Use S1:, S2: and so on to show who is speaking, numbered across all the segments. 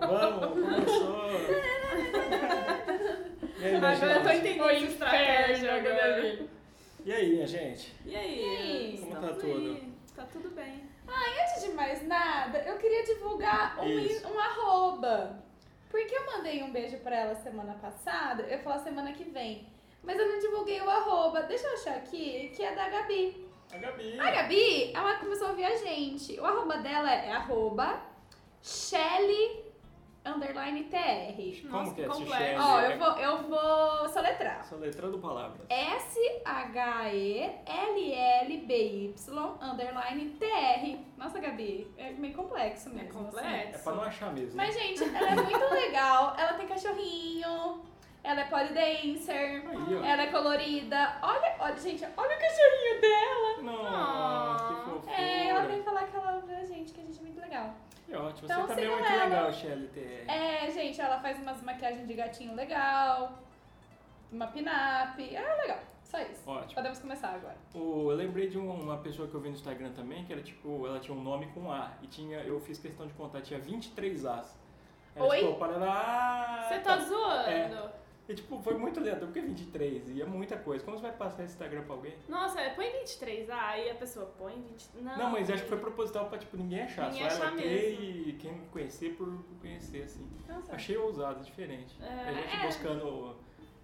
S1: Mano, começou. E aí, minha
S2: Agora eu tô
S1: gente?
S2: entendendo essa
S1: né,
S2: estratégia agora.
S1: E aí, minha gente?
S2: E aí?
S1: Como
S2: Estamos
S1: tá tudo?
S2: aí. Tá tudo bem.
S3: Ah, e antes de mais nada, eu queria divulgar um, i-
S1: Isso.
S3: um arroba. Porque eu mandei um beijo pra ela semana passada, eu falo semana que vem. Mas eu não divulguei o arroba. Deixa eu achar aqui, que é da Gabi.
S1: A Gabi.
S3: A Gabi, ela começou a ouvir a gente. O arroba dela é arroba Shelly underline TR.
S1: Como
S2: Nossa,
S1: que é esse
S2: complexo.
S1: chefe?
S3: Ó, eu vou, eu vou soletrar.
S1: Soletrando palavras.
S3: S-H-E-L-L-B-Y underline TR. Nossa, Gabi, é meio complexo
S2: É
S3: mesmo. assim.
S1: É pra não
S2: complexo.
S1: achar mesmo.
S3: Mas, gente, ela é muito legal. Ela tem cachorrinho, ela é polydancer,
S1: Aí, ó.
S3: ela é colorida. Olha, olha, gente, olha o cachorrinho dela.
S1: Nossa, que fofura.
S3: É, ela veio falar que ela ouve a gente, que a gente é muito legal.
S1: Que ótimo.
S3: Então,
S1: Você também é
S3: sigam
S1: muito
S3: ela.
S1: legal, Shelly TR.
S3: É, gente, ela faz umas maquiagens de gatinho legal, uma pin-up. É legal, só isso.
S1: Ótimo.
S3: Podemos começar agora.
S1: O- eu lembrei de um- uma pessoa que eu vi no Instagram também, que era tipo, ela tinha um nome com A. E tinha, eu fiz questão de contar, tinha 23 As. Era
S3: Oi?
S1: tipo, parará.
S2: Você tá zoando?
S1: E tipo, foi muito aleatório, porque 23 e é muita coisa. Como você vai passar esse Instagram pra alguém?
S2: Nossa, é, põe 23. Ah, aí a pessoa põe 23. Não,
S1: Não, mas acho que foi proposital pra, tipo, ninguém achar.
S2: Ninguém
S1: só ela
S2: achar
S1: ter
S2: mesmo.
S1: e quem me conhecer por por conhecer, assim.
S3: Nossa.
S1: Achei ousado, diferente.
S2: É,
S1: a gente
S3: é.
S1: buscando o,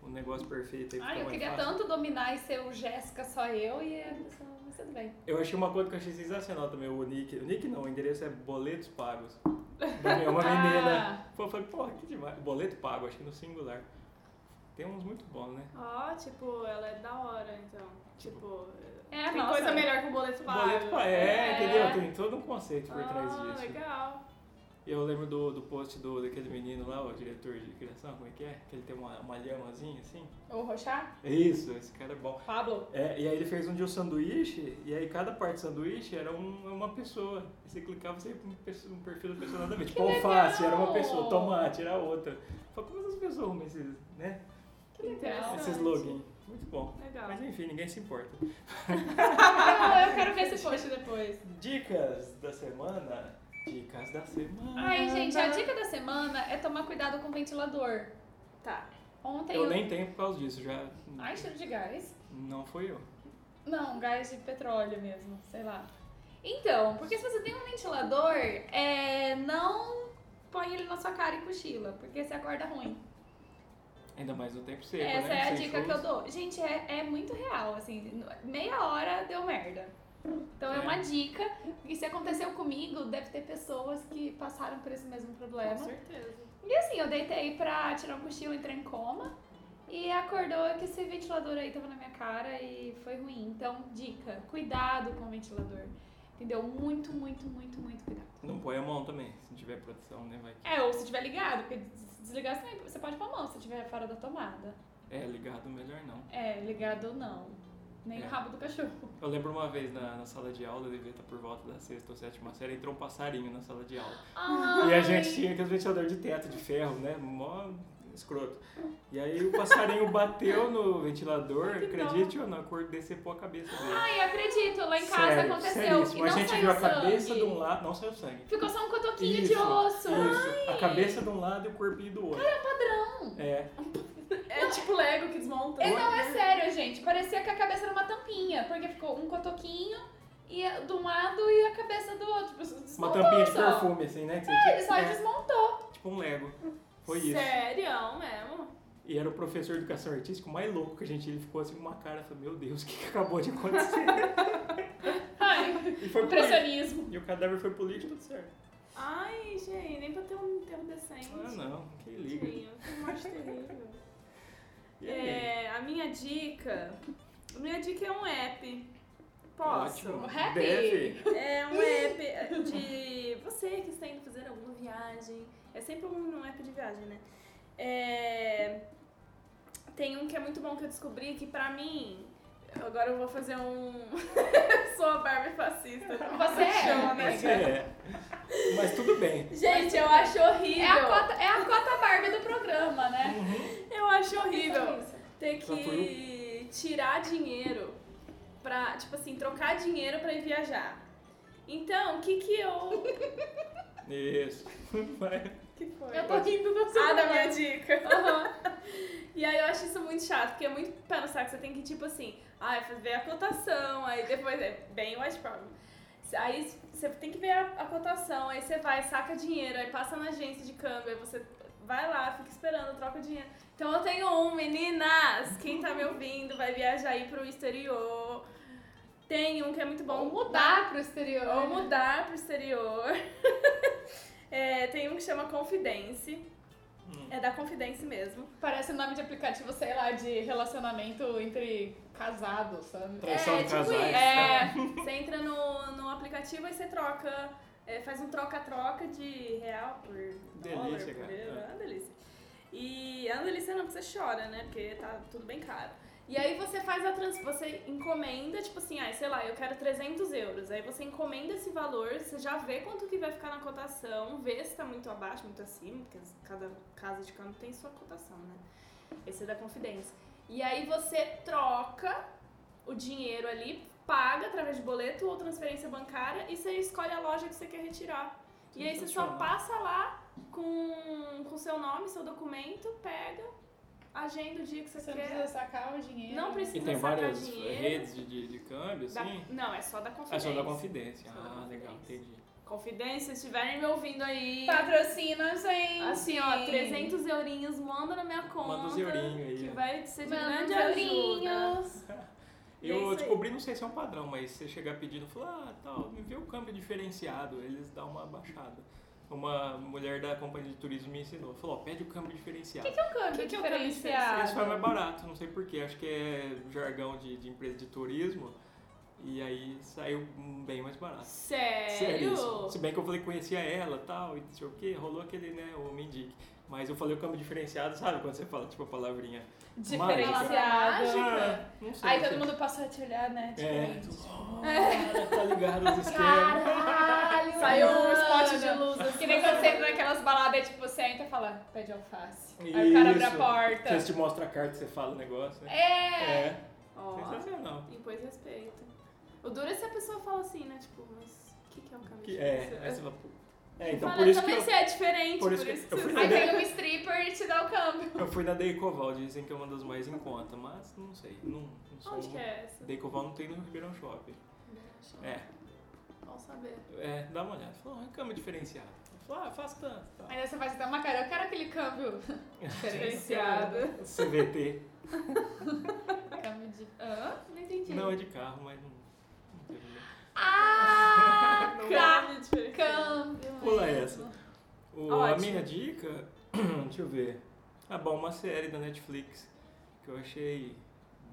S1: o negócio perfeito aí. fica
S3: Ai, eu
S1: mais
S3: queria
S1: é fácil.
S3: tanto dominar e ser o Jéssica só eu e a pessoa, mas tudo bem.
S1: Eu achei uma coisa que eu achei sensacional também, o nick. O nick não, o endereço é boletos pagos. Da minha-
S2: Ah.
S1: Uma menina. Pô, eu falei, porra, que demais. Boleto pago, acho que no singular. Tem uns muito bons, né?
S2: Ó, tipo, ela é da hora, então. Tipo,
S3: É,
S2: tem
S3: nossa.
S2: coisa melhor que o boleto pago.
S1: Boleto pago, é, entendeu? Tem todo um conceito por trás
S2: Ah,
S1: disso.
S2: legal.
S1: Eu lembro do, do post do, daquele menino lá, o diretor de criação, como é que é? Que ele tem uma, uma lhamazinha assim.
S3: O Rochá?
S1: É Isso, esse cara é bom.
S3: Pablo?
S1: É, e aí ele fez um dia um sanduíche, e aí cada parte do sanduíche era um- uma pessoa. E você clicava, você ia pra um, perso- um perfil da pessoa nada a ver. Tipo,
S3: legal!
S1: alface era uma pessoa, tomate era outra. Fala, como essas pessoas arrumam esses, né?
S3: Que legal.
S2: Interessante.
S1: Esses login. Muito bom.
S2: Legal.
S1: Mas enfim, ninguém se importa.
S3: Ah, eu quero ver esse post depois.
S1: Dicas da semana. Dicas da semana.
S3: Ai, gente, a dica da semana é tomar cuidado com o ventilador.
S2: Tá.
S3: Ontem
S1: Eu nem tenho por causa disso, já.
S3: Ai, cheiro de gás.
S1: Não foi eu.
S3: Não, gás de petróleo mesmo, sei lá. Então, porque se você tem um ventilador, é... não põe ele na sua cara e cochila, porque você acorda ruim.
S1: Ainda mais no tempo seco,
S3: Essa
S1: né?
S3: é a
S1: Sem
S3: dica que
S1: chuvas.
S3: eu dou. Gente, é, é muito real, assim, meia hora deu merda. Então é,
S1: É.
S3: uma dica, e se aconteceu comigo, deve ter pessoas que passaram por esse mesmo
S2: Com
S3: problema.
S2: certeza.
S3: E assim, eu deitei pra tirar um cochilo, entrei em coma, e acordou que esse ventilador aí tava na minha cara e foi ruim. Então, dica, cuidado com o ventilador. Entendeu? Muito, muito, muito, muito cuidado.
S1: Não põe a mão também, se não tiver proteção, né? Vai que...
S3: É, ou se tiver ligado, porque se desligar você nem- você pode pôr a mão se tiver fora da tomada.
S1: É, ligado melhor não.
S3: É, ligado ou não. Nem
S1: É.
S3: o rabo do cachorro.
S1: Eu lembro uma vez na, na sala de aula, eu devia estar por volta da sexta ou sétima série, entrou um passarinho na sala de aula. E a gente tinha aquele ventilador de teto de ferro, né? Mó escroto. E aí o passarinho bateu no ventilador,
S2: Que dó.
S1: acredite ou não, a cor decepou a cabeça dele.
S3: Ai, acredito, lá em casa
S1: Sério,
S3: aconteceu.
S1: seríssimo.
S3: e não
S1: a gente
S3: saiu
S1: viu a
S3: sangue.
S1: cabeça de um lado, não saiu sangue.
S3: Ficou só um cotoquinho de osso.
S1: Isso,
S3: Ai.
S1: a cabeça de um lado e o corpinho do outro.
S3: Padrão.
S1: É,
S2: É tipo Lego que desmonta.
S3: É, não, é sério, gente. Parecia que a cabeça era uma tampinha, porque ficou um cotoquinho e de um lado e a cabeça do outro. Tipo,
S1: uma
S3: desmontou
S1: tampinha de
S3: só.
S1: perfume, assim, né? que você
S3: É,
S1: tinha-
S3: Ele só
S1: é,
S3: desmontou.
S1: Tipo um Lego. Foi isso.
S2: Sério mesmo?
S1: E era o professor de educação artística mais louco que a gente. Ele ficou assim com uma cara, falou, meu Deus, o que, que acabou de acontecer?
S3: Ai,
S1: e foi pro lixo.
S3: impressionismo.
S1: E o cadáver foi pro lixo, tudo certo.
S2: Ai, gente, nem pra ter um enterro decente.
S1: Ah, não, que liga.
S2: Tadinho, que morte terrível.
S1: E aí?
S2: É, a minha dica. A minha dica é um app. Posso?
S1: Ótimo.
S3: Happy.
S1: Deve.
S2: É um app de você que está indo fazer viagem. É sempre um, um app de viagem, né? É, Tem um que é muito bom que eu descobri que pra mim. Agora eu vou fazer um. Sou a Barbie fascista.
S3: Você é?
S2: Chama, né,
S1: Mas,
S2: cara?
S1: é. Mas tudo bem.
S2: Gente, eu acho horrível.
S3: É a, cota, é a cota Barbie do programa, né?
S1: Uhum.
S2: Eu acho horrível
S3: Isso.
S2: ter
S1: Só por
S2: que tirar dinheiro pra, tipo assim, trocar dinheiro pra ir viajar. Então, o que que eu.
S1: Isso. Vai.
S2: que foi?
S3: Eu tô rindo do seu
S2: Ah, da minha
S3: programa.
S2: dica. E aí eu acho isso muito chato, porque é muito pé no saco. Você tem que, tipo assim, ah, fazer a cotação, aí depois é bem white problem. Aí você tem que ver a, a cotação, aí você vai, saca dinheiro, aí passa na agência de câmbio, aí você vai lá, fica esperando, troca dinheiro. Então eu tenho um, meninas, quem tá me ouvindo vai viajar aí pro exterior. Tem um que é muito bom.
S3: Ou mudar pro exterior.
S2: Ou mudar pro exterior. É, tem um que chama Confidence.
S1: Hum.
S2: É da Confidence mesmo.
S3: Parece nome de aplicativo, sei lá, de relacionamento entre casados, sabe?
S1: Traição
S2: é,
S1: de
S2: tipo
S1: casais. tá?
S2: isso. É, você entra no, no aplicativo e você troca, é, faz um troca-troca de real por dólar.
S1: Delícia,
S2: por
S1: cara.
S2: euro,
S1: É.
S2: é uma delícia. E é uma delícia não, porque você chora, né? Porque tá tudo bem caro. E aí você faz a trans... Você encomenda, tipo assim, ah, sei lá, eu quero 300 euros. Aí você encomenda esse valor, você já vê quanto que vai ficar na cotação, vê se tá muito abaixo, muito acima, porque cada casa de câmbio tem sua cotação, né? Esse é da Confidência. E aí você troca o dinheiro ali, paga através de boleto ou transferência bancária e você escolhe a loja que você quer retirar. E aí você só
S1: Sensacional.
S2: passa lá com com seu nome, seu documento, pega, agenda o dia que você,
S3: Você não
S2: quer.
S3: precisa sacar o dinheiro.
S2: Não precisa
S1: E tem
S2: sacar
S1: várias
S2: dinheiro.
S1: redes de, de, de câmbio,
S2: Da-
S1: assim?
S2: Não, é só da Confidência.
S1: É só da Confidência.
S2: Só da
S1: Ah, legal,
S2: Confidência.
S1: entendi.
S2: Confidência, se estiverem me ouvindo aí.
S3: Patrocina, gente.
S2: Assim, ó, 300 eurinhos, manda na minha conta.
S1: Manda os eurinhos aí,
S2: Que
S1: ó.
S2: vai ser de
S3: Manda
S2: grande
S3: uns
S2: ajuda.
S3: eurinhos.
S2: E é isso
S1: Eu
S2: aí.
S1: descobri, não sei se é um padrão, mas você chegar pedindo e falar, ah, tal, me vê o câmbio diferenciado, eles dão uma baixada. Uma mulher da companhia de turismo me ensinou, falou, ó, pede o câmbio diferenciado.
S3: O que é o câmbio
S2: Que que é o câmbio
S3: diferenciado?
S1: Isso é mais barato, não sei porquê, acho que é jargão de, de empresa de turismo, e aí saiu bem mais barato.
S2: Sério?
S1: isso. Se bem que eu falei que conhecia ela tal, e não sei o quê, rolou aquele, né, o mendic. Mas eu falei o câmbio diferenciado, sabe, quando você fala, tipo, a palavrinha.
S3: Diferenciado.
S1: Ah, não sei.
S3: é. Aí
S1: não
S3: todo
S1: sei.
S3: mundo passou a te olhar, né?
S1: É,
S3: Diferente.
S1: tu- oh, tá ligado nos esquemas.
S3: Caralho!
S2: Saiu um
S3: mano.
S2: spot de luz assim.
S3: Que nem quando você entra naquelas baladas, tipo, você entra e fala, pede alface. Aí o cara abre a
S1: Isso.
S3: porta.
S1: Vocês te mostram a carta e você fala o negócio, né?
S3: É!
S2: Ó,
S1: Sensacional.
S2: impôs respeito. O duro é se a pessoa fala assim, né? Tipo, mas o que, que é o caminho?
S1: Que, é,
S2: Você-
S1: aí você fala, pô. é, então
S2: Fala,
S1: por isso que
S2: também
S1: eu,
S2: você é diferente,
S1: por isso que eu fui na
S3: Aí
S1: Entendeu?
S3: pega um stripper e te dá o câmbio.
S2: é
S1: eu fui na Deicoval, dizem que é uma das mais em conta, mas não sei, não, não sou...
S2: Onde que é essa?
S1: Deicoval não tem no Ribeirão Shopping. É,
S2: Bom saber.
S1: é, dá uma olhada. Falou, ah, cama diferenciada. Falou, ah, faço tanto. Tá.
S3: Ainda você faz até uma cara, eu quero aquele câmbio diferenciado.
S1: CVT.
S3: câmbio de... Hã? Não entendi.
S1: Não é de carro, mas não, não tem problema.
S3: Ah!
S2: Carne diferente.
S3: câmbio.
S1: Pula é essa. O- a
S2: Ótimo.
S1: minha dica, deixa eu ver. Ah, bom, uma série da Netflix que eu achei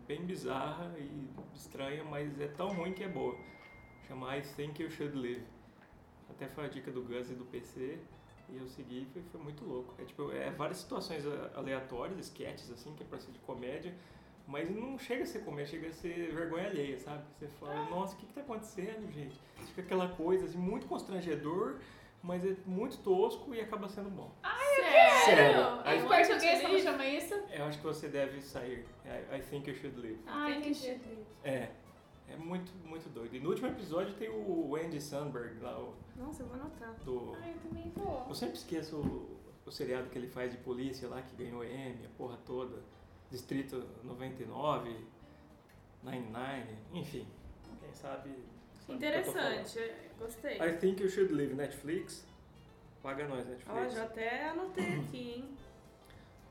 S1: bem bizarra e estranha, mas é tão ruim que é boa. Chama I Think You Should Live. Até foi a dica do Gus e do PC e eu segui e foi, foi muito louco. É tipo, é várias situações a- aleatórias, sketches assim, que é pra ser de comédia, mas não chega a ser comédia, chega a ser vergonha alheia, sabe? Você fala, nossa, o que que tá acontecendo, gente? Fica aquela coisa assim, muito constrangedor, mas é muito tosco e acaba sendo bom.
S2: Ah, é Sério? É um
S1: Sério.
S2: Aí
S1: Aí
S3: Em
S1: eu
S3: português, como chama isso?
S1: Eu acho que você deve sair. I, I think you should leave.
S2: Ai,
S3: Tem
S2: que
S3: jeito.
S2: jeito.
S1: É. É muito, muito doido. E no último episódio tem o Andy Sandberg lá, o,
S2: Nossa, eu vou anotar.
S1: do...
S3: Ai, eu também vou.
S1: Eu sempre esqueço o, o seriado que ele faz de polícia lá, que ganhou M, a porra toda. Distrito 99, 99, enfim. Quem sabe... sabe o que eu tô falando.
S2: Interessante, gostei.
S1: I think you should leave, Netflix. Paga nós, Netflix.
S2: Ó, já até anotei aqui, hein?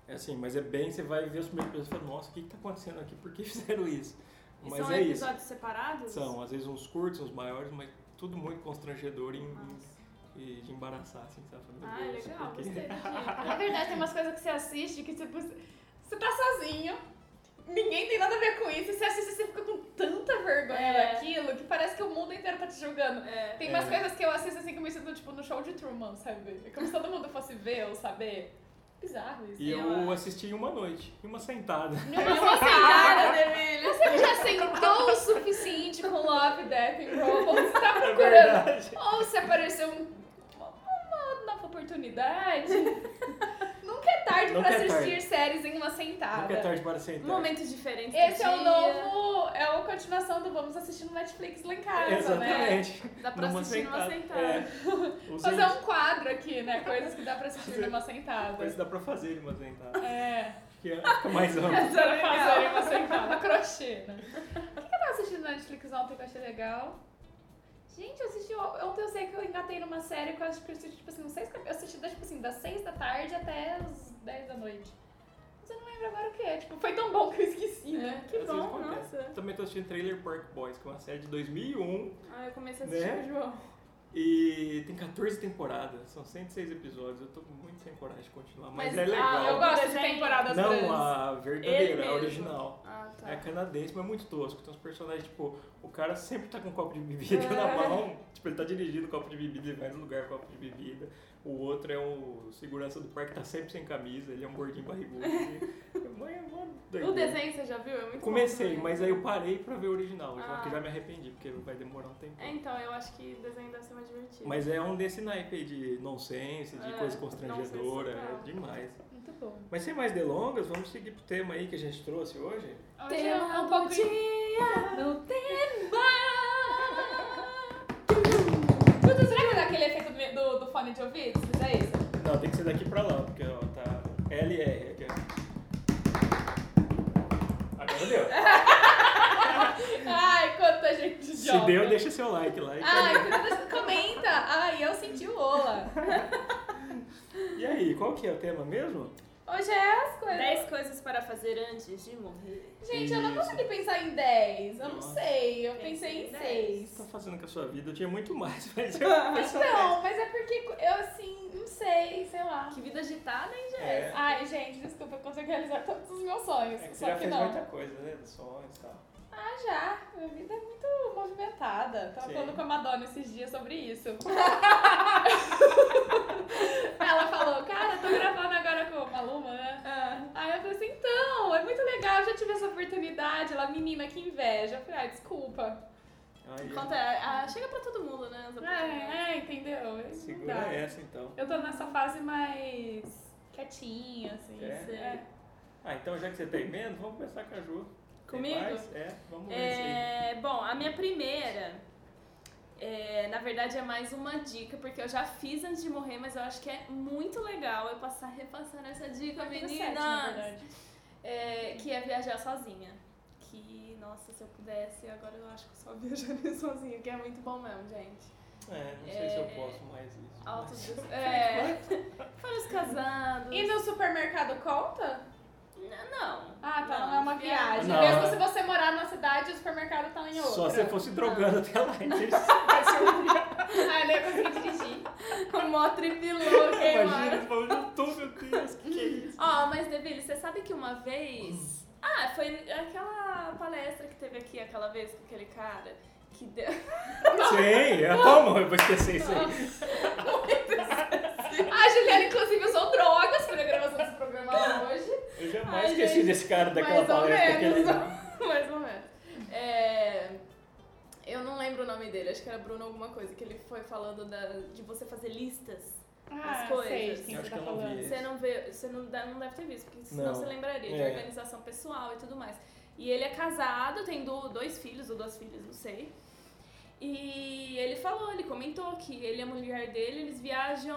S1: É assim, mas é bem, você vai ver os primeiros episódios e fala, nossa, o que, que tá acontecendo aqui? Por que fizeram isso?
S2: E
S1: mas
S2: são
S1: é isso.
S2: episódios separados?
S1: São, às vezes uns curtos, uns maiores, mas tudo muito constrangedor e,
S2: Nossa.
S1: e de embaraçar, assim, sabe? Meu
S2: Ah,
S1: Deus,
S2: legal,
S1: por quê?
S2: gostei da dica.
S3: Na verdade, tem umas coisas que você assiste que, tipo, você tá sozinho. ninguém tem nada a ver com isso. E você assiste e você fica com tanta vergonha
S2: É.
S3: daquilo que parece que o mundo inteiro tá te julgando.
S2: É.
S3: Tem
S1: É.
S3: umas coisas que eu assisto assim que eu me sinto tipo no show de Truman, sabe? É como se todo mundo fosse ver ou saber. Bizarro isso.
S1: E
S2: Eu
S1: eu
S2: acho.
S1: assisti em uma noite, em uma sentada.
S3: Numa
S2: Cara,
S3: sentada,
S2: Demílio.
S3: você já sentou o suficiente com Love, Death and Robots? Você tá
S1: É
S3: procurando
S1: verdade.
S3: Ou se apareceu um- uma, uma nova oportunidade. Nunca é tarde
S1: Nunca
S3: pra
S1: é
S3: assistir
S1: tarde.
S3: séries em uma sentada.
S1: Nunca é tarde para sentar.
S2: Momentos diferentes. do
S3: Esse é o
S2: dia.
S3: novo. É a continuação do Vamos Assistir no Netflix lá em casa, né?
S1: Exatamente.
S2: Dá pra
S1: Numa
S2: assistir numa sentada.
S1: É. Ou
S3: Fazer
S1: seja,
S3: um quadro aqui, né? Coisas que dá pra assistir numa sentada.
S1: Coisa dá pra fazer em uma sentada.
S3: É.
S1: Acho que é- fica mais amplo.
S3: Isso era
S2: legal.
S3: fazer em uma sentada. Crochê, né? O que que eu tava assistindo na Netflix ontem que eu achei legal? Gente, eu assisti. Ontem eu sei que eu engatei numa série que eu acho que eu assisti, tipo assim, uns seis cap- Eu assisti, das, tipo assim, das seis da tarde até as dez da noite. Mas eu não lembro agora o que é. Tipo, foi tão bom que eu esqueci, né?
S2: É, que
S1: Às vezes
S2: bom,
S1: acontece.
S2: nossa.
S1: Também tô assistindo Trailer Park Boys, que é uma série de 2001
S2: Ah, eu comecei a assistir
S1: Né?
S2: com o João.
S1: e tem 14 temporadas, são 106 episódios. Eu tô muito sem coragem de continuar, mas,
S2: Mas,
S1: é
S2: ah,
S1: legal.
S3: Eu gosto de
S2: Desenho.
S3: temporadas
S1: Não
S3: grandes.
S1: a
S2: Ele
S1: verdadeira, a
S2: mesmo.
S1: original.
S2: Ah, tá.
S1: É canadense, mas é muito tosco. Tem uns personagens, tipo, o cara sempre tá com um copo de bebida
S2: É.
S1: na mão. Tipo, ele tá dirigindo o copo de bebida, ele vai no lugar com copo de bebida. O outro é o segurança do parque, tá sempre sem camisa, ele é um gordinho barrigudo. Mãe, é mó doideira.
S2: O desenho você já viu? É muito bom
S1: Comecei,
S2: também.
S1: mas aí eu parei pra ver o original, já
S2: Ah.
S1: que já me arrependi, porque vai demorar um tempo.
S2: É, então, eu acho que desenho deve ser mais divertido.
S1: Mas é um desse naipe de nonsense, de
S2: É,
S1: coisa constrangedora,
S2: nonsense total.
S1: é demais.
S3: Muito bom.
S1: Mas sem mais delongas, vamos seguir pro tema aí que a gente trouxe hoje.
S3: Hoje é um
S2: do
S3: pouco de-
S2: dia.
S3: No tempo! Tudo, será que dá aquele efeito do, do, do fone de ouvido? Se fizer isso?
S1: Não, tem que ser daqui pra lá, porque ó, tá LR aqui, ó. Agora deu.
S3: Ai, quanta gente
S1: Se
S3: joga.
S1: deu, deixa seu like lá. e
S3: Ai, quanta gente- comenta. Ai, eu senti o Ola.
S1: E aí, qual que é o tema mesmo?
S3: Hoje é as coisas.
S2: 10 coisas para fazer antes de morrer.
S3: Gente, eu não
S1: Isso.
S3: consegui pensar em 10. Eu não
S1: Nossa.
S3: sei. Eu
S2: Pensei
S3: pensei
S2: em
S3: em
S1: O
S3: 6.
S1: que você tá fazendo com a sua vida? Eu tinha muito mais, mas eu foi só
S3: Então, mas é porque eu assim, não sei, sei lá.
S2: Que vida agitada, hein, Jéssica?
S1: É.
S3: Ai, gente, desculpa, eu consigo realizar todos os meus sonhos.
S1: É que você
S3: só
S1: já
S3: que
S1: fez
S3: não.
S1: muita coisa, né? Dos sonhos e tal.
S3: Ah, já. Minha vida é muito movimentada. Tava
S1: Sim.
S3: falando com a Madonna esses dias sobre isso. Ela falou, cara, tô gravando agora com a Maluma, né?
S1: Ah.
S3: Aí eu falei assim, então, é muito legal, eu já tive essa oportunidade. Ela, menina, que inveja. Eu falei, ai, desculpa.
S1: Aí,
S2: Conta, ah, chega pra todo mundo, né? as oportunidades.
S3: É, é, entendeu? Não
S1: segura
S3: dá.
S1: essa então.
S3: Eu tô nessa fase mais quietinha, assim.
S1: É?
S3: assim.
S1: Ah, então já que você tá emendo, vamos começar com a Ju. Tem
S2: Comigo?
S1: mais? É, vamos ver se-
S2: É, bom, a minha primeira, é, na verdade, é mais uma dica, porque eu já fiz antes de morrer, mas eu acho que é muito legal eu passar repassando essa dica,
S3: Foi tudo certo, na
S2: meninas.
S3: verdade.
S2: É, que é viajar sozinha. Que, nossa, se eu pudesse, agora eu acho que eu só viajaria sozinha, que é muito bom mesmo, gente.
S1: É, não sei se eu
S2: é,
S1: posso mais isso.
S2: Altos.
S1: mas-
S2: É, fora os casados.
S3: E no supermercado conta?
S2: N- Não.
S3: Ah, tá, não, é uma viagem.
S1: Não.
S3: Mesmo se você morar numa cidade, o supermercado tá em outra.
S1: Só se eu fosse drogando até lá, então vai ser um
S3: Ah, eu não ia conseguir dirigir.
S2: Com Um mó tripilou,
S1: Imagina, vamos no YouTube, meu Deus, que que é isso?
S2: Ó, mas Deville, você sabe que uma vez. Ah, foi aquela palestra que teve aqui aquela vez com aquele cara que deu.
S1: Sim, é como eu vou esquecer isso aí.
S3: A Juliana, inclusive, usou drogas pra gravação desse programa lá hoje.
S1: Eu jamais
S2: Ai,
S1: esqueci
S2: gente,
S1: desse cara daquela
S2: mais ou
S1: palestra.
S2: menos.
S1: aquele-
S2: Mais ou menos. É, Eu não lembro o nome dele, acho que era Bruno alguma coisa, que ele foi falando da, de você fazer listas.
S3: Ah,
S2: coisas.
S3: sei de quem
S1: Eu
S3: você
S1: acho
S3: tá
S1: que eu não vi.
S3: falando.
S2: Você não vê, você não, dá- não deve ter visto, porque senão
S1: Não.
S2: você lembraria de
S1: É.
S2: organização pessoal e tudo mais. E ele é casado, tem do- dois filhos ou duas filhas, não sei. E ele falou, ele comentou que ele e a mulher dele, eles viajam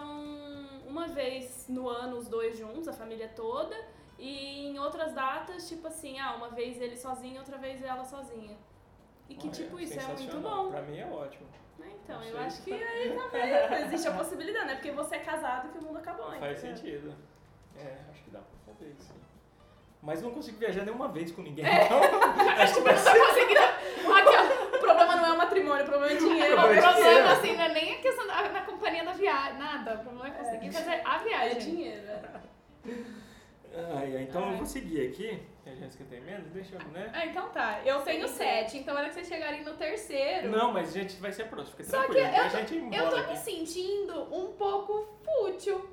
S2: uma vez no ano, os dois juntos, a família toda. E em outras datas, tipo assim, ah, uma vez ele sozinho, outra vez ela sozinha. E que,
S1: Olha,
S2: tipo, isso é muito
S1: sensacional.
S2: bom.
S1: Pra mim é ótimo.
S2: né? Então,
S1: Não
S2: eu
S1: sei.
S2: acho que aí também existe a possibilidade, né? Porque você é casado que o mundo acabou.
S1: Faz
S2: entendeu?
S1: sentido. É, acho que dá pra fazer isso. sim. Mas não consigo viajar nenhuma vez com ninguém. Então, acho que vai ser.
S2: Aqui, ó, o problema não é o matrimônio, o problema é o dinheiro.
S3: O
S1: Mas
S3: um problema,
S1: dinheiro.
S3: assim, não é nem a questão da, na companhia da viagem, nada. O problema é conseguir fazer a
S2: É
S3: viagem.
S2: dinheiro. é.
S1: Ai, ai, então
S3: Ai.
S1: eu vou seguir aqui. Tem gente que tem menos, deixa eu, né?
S3: Ah, então tá. Eu
S2: Sei
S3: tenho
S2: que-
S3: sete, então na hora que vocês chegarem no terceiro.
S1: Não, mas a gente vai ser próximo, fica
S3: Só
S1: tranquilo.
S3: que eu
S1: depois
S3: tô-
S1: a gente
S3: Eu
S1: embola
S3: tô me
S1: aqui.
S3: sentindo um pouco fútil.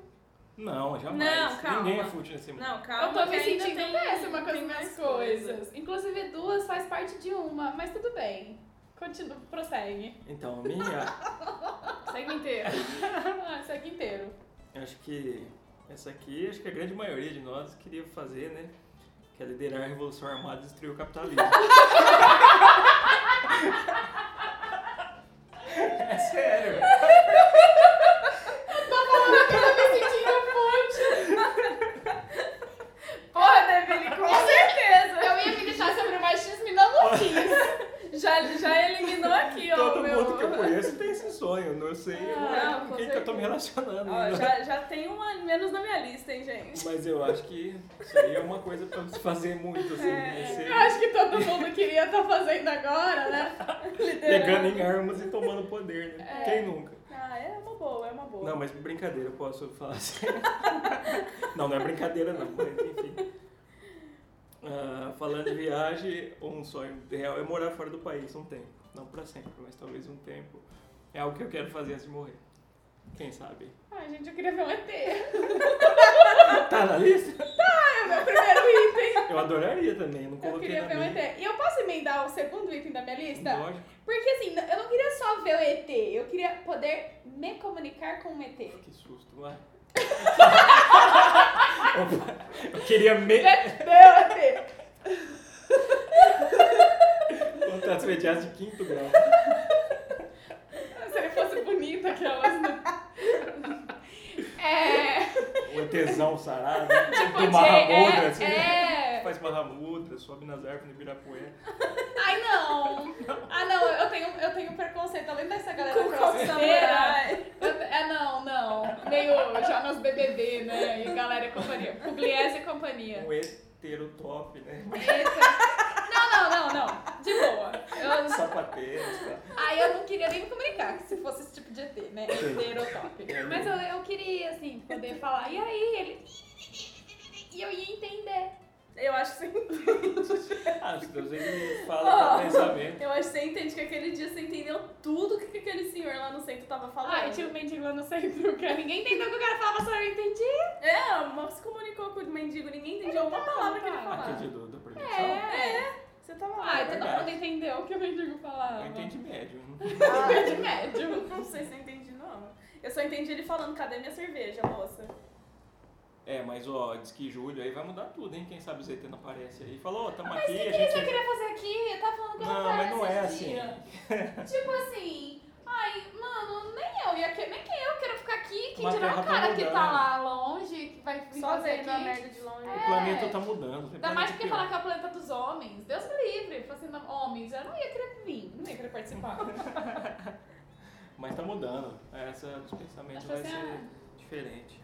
S1: Não, jamais.
S2: Não, calma.
S1: Ninguém é fútil nesse mundo.
S2: Não,
S3: Eu
S2: calma.
S3: tô me
S2: que ainda
S3: sentindo
S2: tem-
S3: péssima com as
S2: tem
S3: minhas
S2: mais
S3: coisas. Inclusive, duas faz parte de uma, mas tudo bem. Continua, prossegue.
S1: Então, a minha,
S2: Segue inteiro.
S3: Ah, Segue inteiro.
S1: acho que essa aqui, acho que a grande maioria de nós queria fazer, né? Que é liderar a Revolução Armada e destruir o capitalismo. é sério.
S3: Eu tô me sentindo fútil.
S2: Porra, Devine, com certeza.
S3: Eu ia me deixar sobre o machismo e não no
S2: Já, já eliminou aqui, ó.
S1: Todo
S2: o
S1: mundo
S2: meu...
S1: que eu conheço tem esse sonho. Não sei
S2: Ah,
S1: com
S2: com
S1: quem que eu tô me relacionando.
S2: Ó,
S1: ainda.
S2: já, já tem um a menos na minha lista, hein, gente.
S1: Mas eu acho que isso aí é uma coisa pra se fazer muito, assim.
S2: É.
S1: né? Ser
S3: Eu acho que todo mundo queria estar fazendo agora, né?
S1: pegando em armas e tomando poder, né?
S3: É.
S1: Quem nunca?
S2: Ah, é uma boa, é uma boa.
S1: Não, mas brincadeira, eu posso falar assim. não, não é brincadeira não, mas enfim. Ah, falando de viagem, um sonho real é morar fora do país um tempo. Não pra sempre, mas talvez um tempo. É algo que eu quero fazer antes de morrer. Quem sabe?
S3: Ai, gente, eu queria ver um ET.
S1: Tá na lista?
S3: Meu primeiro item.
S1: Eu adoraria também, não
S3: Eu
S1: coloquei
S3: queria
S1: na
S3: ver o
S1: minha.
S3: ET. E eu posso emendar o segundo item da minha lista?
S1: Lógico,
S3: Porque assim, n- eu não queria só ver o ET, eu queria poder me comunicar com o ET.
S1: que susto, vai. Opa, eu queria me...
S3: Meu ET!
S1: Contatos imediatos de quinto grau.
S3: Se ele fosse bonito, aquelas. né? É.
S1: O tesão sarado, tipo do
S3: podia-
S1: Mahamudra, assim.
S3: é, é.
S1: Faz Mahamudra, sobe nas árvores no Ibirapuera.
S3: Ai, não! Ah, não, eu tenho, eu tenho preconceito. Além dessa galera
S2: Com o
S3: grosseira,
S2: samurai.
S3: Eu- É, não, não. Meio já nos BBB, né? E galera e companhia. Pugliese e companhia.
S1: Um hetero top, né?
S3: Esse- Não, não, não, não. De boa. Eu...
S1: Sapateiro, tá?
S3: Aí eu não queria nem me comunicar se fosse esse tipo de ET, né?
S1: Sim.
S3: ET ou top.
S1: É,
S3: Mas
S1: né?
S3: eu, eu queria, assim, poder falar. E aí, ele. E eu ia entender.
S2: Eu acho que você
S1: Ah, se Deus ele fala
S2: Oh.
S1: com pensamento.
S2: Eu acho que você entende que aquele dia você entendeu tudo que que aquele senhor lá no centro tava falando.
S3: Ah, e tinha um mendigo lá no centro, que ninguém entendeu o que o cara falava, só eu entendi.
S2: É, o moço se comunicou com o mendigo, ninguém entendeu uma palavra que ele
S3: cara.
S2: falava.
S1: Aqui de do, da produção.
S3: É.
S2: Você tava lá.
S3: Ai, todo
S1: verdade.
S3: mundo entendeu o que o mendigo falava.
S1: Eu entendi médio. né?
S3: Entendi
S2: Ah,
S3: médio.
S2: não sei se eu entendi, não. Eu só entendi ele falando, cadê minha cerveja, moça?
S1: É, mas ó, diz que julho aí vai mudar tudo, hein? Quem sabe o ZT não aparece aí. Falou, ó, tamo
S3: Ah, Mas o
S1: aqui,
S3: que,
S1: a
S3: que você
S1: gente.
S3: queria fazer aqui? Eu tava falando com
S1: Não,
S3: ela
S1: mas não é
S3: esses
S1: assim.
S3: dias. tipo assim, ai, mano, nem eu ia querer, nem que eu quero ficar aqui, que
S1: Uma
S3: dirá
S1: terra
S3: o cara que
S1: pra
S3: tá
S1: mudar.
S3: lá longe, que vai vir fazer
S2: Sozinho
S3: aqui.
S2: na merda de longe.
S1: O planeta tá mudando.
S3: Ainda mais porque falar que é o planeta dos homens. Deus me livre. Falar assim, não, homens, eu não ia querer vir, não ia querer participar.
S1: Mas tá mudando. Essa dos pensamentos
S3: Acho que
S1: vai
S3: assim,
S1: ser diferente.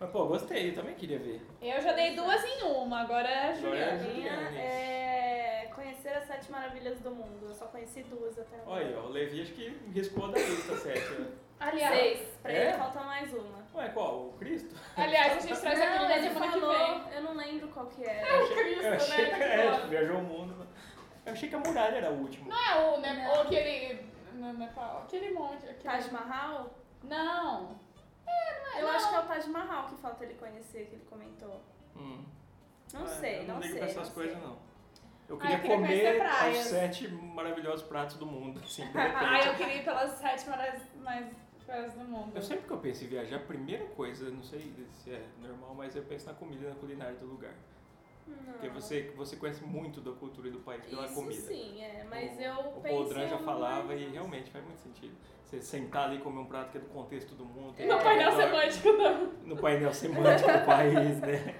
S1: Mas pô, gostei, eu também queria ver.
S3: Eu já dei duas em uma, agora é a
S1: Agora
S3: Juliana.
S2: Minha
S1: Juliana.
S2: é conhecer as sete maravilhas do mundo. Eu só conheci duas até agora.
S1: Olha aí, ó, o Levi acho que riscou da lista, sete. né?
S3: Aliás,
S2: Seis. Pra
S1: É?
S2: ele falta mais uma.
S1: Ué, qual? O Cristo?
S3: aliás, a gente traz aqui
S2: não,
S3: na
S2: ele
S3: semana que
S2: falou,
S3: vem.
S2: eu não lembro qual que era.
S3: É o Cristo,
S1: Eu achei
S3: né?
S1: que,
S3: Tá
S1: é,
S3: bom.
S1: tipo, viajou o mundo. né? Eu achei que a muralha era a última.
S3: Não é o, né?
S2: Não.
S3: Ou aquele. Não, não é qual- aquele monte. Aquele...
S2: Taj Mahal?
S3: Não. É, não é.
S2: Eu
S3: não.
S2: acho que é o Taj Mahal que falta ele conhecer, que ele comentou.
S1: Hum.
S2: Não
S1: Ah,
S2: sei,
S1: eu
S2: não,
S1: não ligo
S2: sei.
S1: pra essas
S2: não
S1: coisas,
S2: sei.
S1: não. Eu
S3: Ah,
S1: queria,
S3: eu queria conhecer
S1: comer
S3: praias.
S1: os sete maravilhosos pratos do mundo, assim, de
S3: Ah,
S1: repente.
S3: eu queria ir pelas sete maras mais feias do mundo.
S1: Eu sempre que eu penso em viajar, a primeira coisa, não sei se é normal, mas eu penso na comida, na culinária do lugar.
S2: Não.
S1: Porque você, você conhece muito da cultura e do país pela
S2: Isso
S1: comida.
S2: sim, é. Mas
S1: O-
S2: eu
S1: O
S2: penso...
S1: Podran já
S2: mais-
S1: falava e realmente faz muito sentido. Você sentar ali e comer um prato que é do contexto do mundo. tem
S3: No
S1: ao
S3: painel
S1: redor-
S3: semântico não.
S1: No painel semântico do país, né?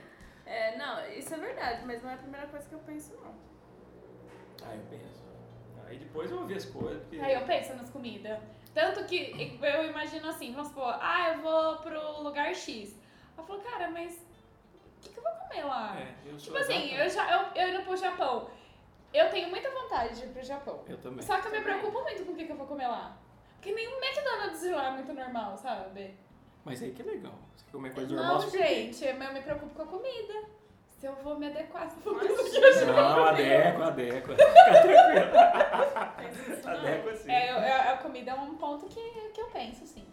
S2: É, não, isso é verdade, mas não é a primeira coisa que eu penso, não.
S1: Aí Ah, eu penso. Aí depois eu ouvi as coisas. Porque...
S3: Aí eu penso nas comidas. Tanto que eu imagino assim, vamos supor, ah, eu vou pro lugar X. Eu falo, cara, mas o que, que eu vou comer lá?
S1: É, eu sou
S3: tipo assim, eu,
S1: exatamente-
S3: já, eu, eu indo pro Japão. Eu tenho muita vontade de ir pro Japão.
S1: Eu também.
S3: Só que eu me preocupo muito com o que, que eu vou comer lá. Porque nenhum McDonald's lá é muito é normal, sabe?
S1: Mas aí que é legal. Você quer comer coisa normal?
S3: Não,
S1: você-
S3: gente, eu eu me preocupo com a comida. Se eu vou me adequar, se eu vou
S2: Mas-
S3: conseguir ajudar.
S1: Não, adequa, adequa.
S2: Faz isso, não.
S1: Adequa sim.
S3: É, eu- eu- a comida é um ponto que, que eu penso, sim.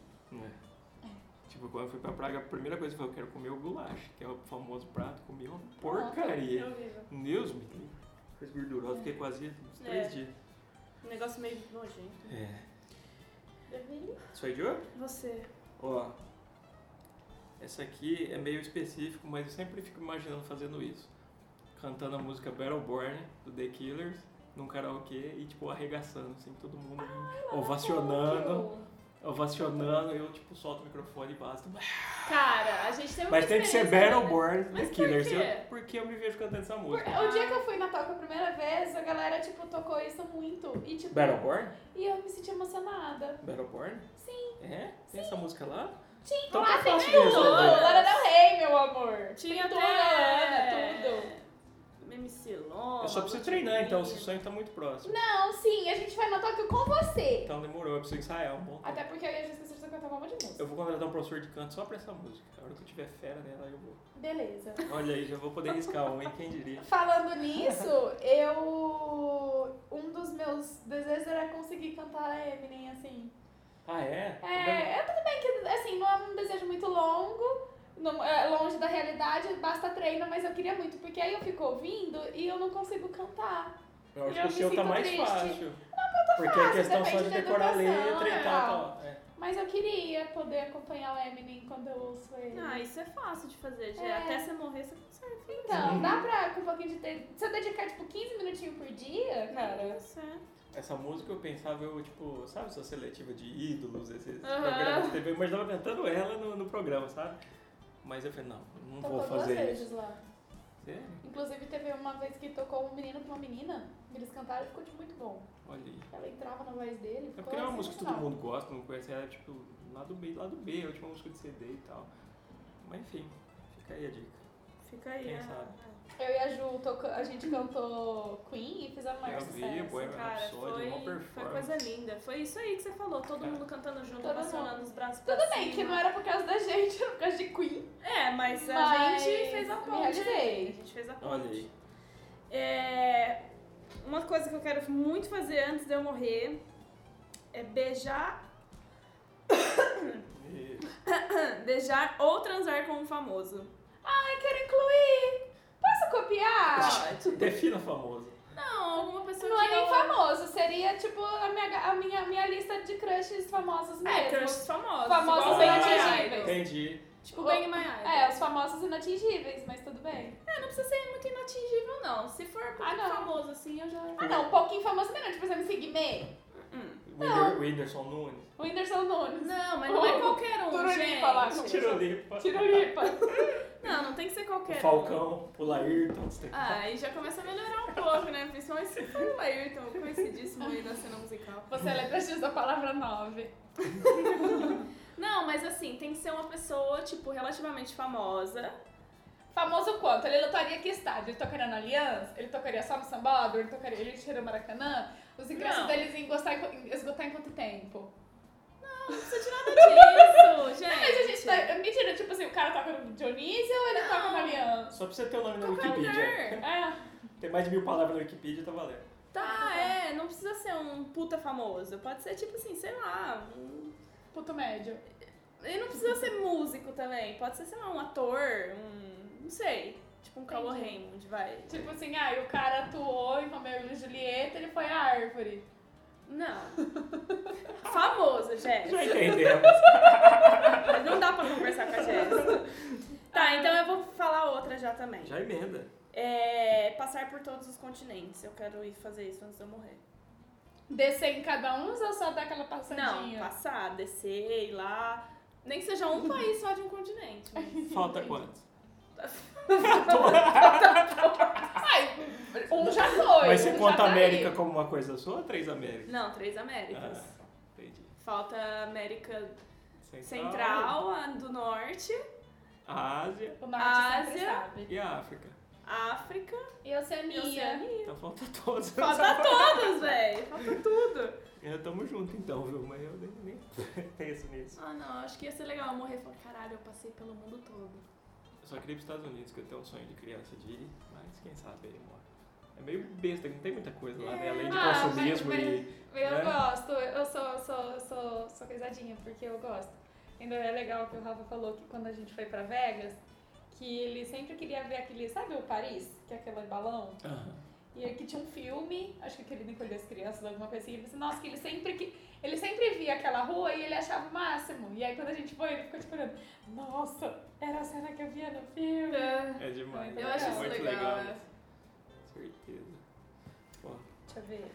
S1: É. Tipo, quando eu fui pra Praga, a primeira coisa que eu falei, eu quero comer o goulash, que é o famoso prato, comi uma porcaria.
S2: é horrível.
S1: Deus me livre. Coisa gordurosa, fiquei quase uns três
S2: É.
S1: dias.
S2: Um negócio meio nojento.
S1: É.
S2: Vermelho.
S1: Sou idiota?
S2: Você.
S1: Ó, essa aqui é meio específico, mas eu sempre fico imaginando fazendo isso. Cantando a música Battleborn, do The Killers, num karaokê e, tipo, arregaçando, assim, todo mundo ovacionando, ovacionando, eu, tipo, solto o microfone e basta.
S3: Cara, a gente tem uma
S1: Mas tem que ser
S3: experiência-
S2: né?
S1: Battleborn,
S2: Mas por
S1: The Killers,
S2: quê?
S1: eu- porque eu me vejo cantando essa
S3: Por-
S1: música.
S3: O dia que eu fui na Toca a primeira vez, a galera, tipo, tocou isso muito. E, tipo,
S1: Battleborn?
S3: e eu me senti emocionada.
S1: Battleborn?
S3: Sim.
S1: É? Tem essa música lá?
S3: Sim,
S1: Então
S3: lá
S1: tá
S3: tem
S1: fácil de
S3: tudo.
S1: resolver.
S3: Lara Del Rey, meu amor.
S2: Tinha
S3: tudo,
S2: até...
S3: Ana, tudo.
S2: MC Loma.
S1: Eu só preciso treinar, então, o sonho tá muito próximo.
S2: É.
S3: Não, sim, a gente vai na Toca com você.
S1: Então demorou, eu preciso ensaiar um bom tempo.
S3: Até porque eu já esqueci de cantar uma monte de música.
S1: Eu vou contratar um professor de canto só pra essa música. A hora que eu tiver fera nela, eu vou.
S3: Beleza.
S1: Olha aí, já vou poder riscar um, hein? Quem diria?
S3: Falando nisso, eu. Um dos meus desejos era conseguir cantar a Eminem, assim.
S1: Ah, é?
S3: É, é tudo bem que, assim, não é um desejo muito longo, não- é longe da realidade, basta treino, mas eu queria muito, porque aí eu fico ouvindo e eu não consigo cantar.
S1: Eu acho que
S3: eu
S1: o
S3: me
S1: seu tá
S3: sinto
S1: mais
S3: triste.
S1: fácil. Porque é
S3: fácil,
S1: questão só de
S3: depende da
S1: decorar a
S3: educação,
S1: letra e
S3: é.
S1: tal. tal. É.
S3: Mas eu queria poder acompanhar o Eminem quando eu ouço ele.
S2: Ah, isso é fácil de fazer, Gê.
S3: É.
S2: Até você morrer, você consegue.
S3: Então, dá pra, com um pouquinho de tempo, se eu dedicar, tipo, 15 minutinhos por dia, cara...
S2: Isso é.
S1: Essa música eu pensava, eu, tipo, sabe, sua seletiva de ídolos, esses
S2: Aham.
S1: programas de TV, mas tava cantando ela no, no programa, sabe? Mas eu falei, não, não
S2: Então
S3: Tocou
S1: vou
S3: duas
S1: fazer
S3: vezes
S1: isso.
S3: lá.
S1: Sério?
S3: Inclusive, teve uma vez que tocou um menino com uma menina, eles cantaram e ficou, tipo, muito bom.
S1: Olha aí.
S3: Ela entrava na voz dele,
S1: É
S3: ficou
S1: porque não é
S2: assim,
S1: uma música que todo
S3: sensacional.
S1: mundo gosta, não conhece, era tipo lado B, lado B, a última música de CD e tal. Mas enfim, fica aí a dica.
S2: Fica aí. é.
S1: Quem
S2: a-
S1: sabe?
S3: Eu e a Ju, toca- a gente cantou Queen e fizemos maior
S1: Eu vi,
S3: sucesso.
S1: Bohemian
S2: Cara,
S1: Rhapsody,
S2: foi,
S1: um uma
S2: foi
S1: performance.
S2: coisa linda. Foi isso aí que você falou. Todo
S1: Cara.
S2: mundo cantando junto,
S3: Todo
S2: apaixonando
S3: mundo.
S2: os braços pra
S3: Tudo bem
S2: cima.
S3: que não era por causa da gente, era por causa de Queen.
S2: É, mas a
S3: Mas
S2: gente fez a
S3: me
S2: ponte. né?
S3: realizei.
S2: A gente fez a ponte.
S1: Olha aí.
S2: É, uma coisa que eu quero muito fazer antes de eu morrer é beijar,
S1: E-
S2: beijar ou transar com um famoso.
S3: Ai, quero incluir! Posso copiar?
S2: Pode.
S1: Defina famoso.
S2: Não, alguma pessoa
S3: Não
S2: que
S3: é nem
S2: eu-
S3: famoso, seria tipo a minha, a minha, minha lista de crushes famosos
S2: É,
S3: mesmo.
S2: crushes famosos.
S3: Famosos
S2: igual o Bang
S3: inatingíveis.
S2: My Idol.
S1: Entendi.
S2: Tipo Bang My Idol.
S3: É, os famosos inatingíveis, mas tudo bem.
S2: É, não precisa ser muito inatingível, não. Se for muito
S3: Ah, não.
S2: famoso assim, eu já...
S3: Ah não, um pouquinho famoso mesmo, tipo você me seguir me.
S2: Hum.
S1: Whindersson Whindersson Nunes.
S3: O Whindersson Nunes.
S2: Não, mas não é
S3: Oh,
S2: qualquer um,
S3: Tururipa
S2: gente.
S3: lá.
S1: Tirolipa.
S3: Tirolipa.
S2: Não, não tem que ser qualquer um.
S1: Falcão, Pula Ayrton. você tem-
S2: Ah, aí já começa a melhorar um pouco, né? Principalmente se for o Ayrton, conhecidíssimo aí na cena musical.
S3: Você é letra X da palavra 9.
S2: Não, mas assim, tem que ser uma pessoa, tipo, relativamente famosa.
S3: Famoso quanto? Ele lotaria que estádio? Ele tocaria na Aliança? Ele tocaria só no Sambódromo? Ele tocaria... Ele tira o Maracanã? Os ingressos
S2: Não.
S3: deles iam gostar em- esgotar em quanto tempo?
S2: Não precisa de nada disso, gente.
S3: Não, mas a gente tá... Mentira, tipo assim, o cara toca no Dionísio ou ele
S2: Não.
S3: toca na Aliança?
S1: Só pra você ter o nome na
S2: Qualquer
S1: Wikipedia.
S2: lugar.
S3: É.
S1: Tem mais de mil palavras na Wikipedia, tá valendo.
S3: Ah,
S2: Tá, é, não precisa ser um puta famoso. Pode ser, tipo assim, sei lá. um-
S3: Puto médio.
S2: E não precisa ser músico também. Pode ser, sei lá, um ator, um. não sei. Tipo um Cauã
S3: Entendi.
S2: Raymond, vai.
S3: Tipo assim, ah, e o cara atuou em Romeu e Julieta, ele foi a árvore.
S2: Não. famoso,
S3: É
S2: gente.
S1: Já entendemos.
S2: Mas não dá pra conversar com a Jéssica. Tá, então eu vou falar outra já também.
S1: Já emenda.
S2: É, passar por todos os continentes. Eu quero ir fazer isso antes de eu morrer.
S3: Descer em cada um ou só dar aquela
S2: Não,
S3: passadinha?
S2: passar, descer, ir lá. Nem que seja um país só de um continente. mas-
S1: Falta quantos?
S3: Ai, um já foi.
S1: Mas você
S3: um
S1: conta
S3: já
S1: a
S3: tá
S1: América
S3: aí.
S1: como uma coisa sua ou três Américas?
S2: Não, três Américas.
S1: Ah, entendi.
S2: Falta América Central, a do Norte.
S1: A Ásia
S3: O norte sempre
S2: Ásia.
S3: sabe.
S1: e a África.
S2: África
S3: E Oceania.
S2: e Oceania.
S1: Então falta todos.
S2: Falta todos, velho. Falta tudo.
S1: É, tamo junto então, viu? Mas eu nem, nem penso nisso.
S2: Ah, não. Acho que ia ser legal eu morrer e falar, caralho, eu passei pelo mundo todo.
S1: Eu só queria ir pros Estados Unidos, que eu tenho um sonho de criança de ir, mas quem sabe aí, mora. É meio besta, que não tem muita coisa lá, né? Além de
S3: Ah,
S1: consumismo
S3: mas-
S1: e.
S3: Eu
S1: né?
S3: gosto, eu sou, sou, sou, sou coisadinha, porque eu gosto. Ainda é legal que o Rafa falou que quando a gente foi pra Vegas, que ele sempre queria ver aquele, sabe o Paris? Que é aquele balão?
S1: Aham.
S3: E aqui tinha um filme, acho que aquele Encolher as Crianças, alguma coisa assim. Ele disse, nossa, que ele sempre, que, ele sempre via aquela rua e ele achava o máximo. E aí quando a gente foi, ele ficou tipo olhando, nossa, era a cena que eu via no filme.
S1: É demais.
S3: Eu
S1: né?
S3: acho
S1: É
S3: isso
S1: muito
S2: legal, é.
S1: isso. Certeza. Ó,
S3: Deixa eu ver.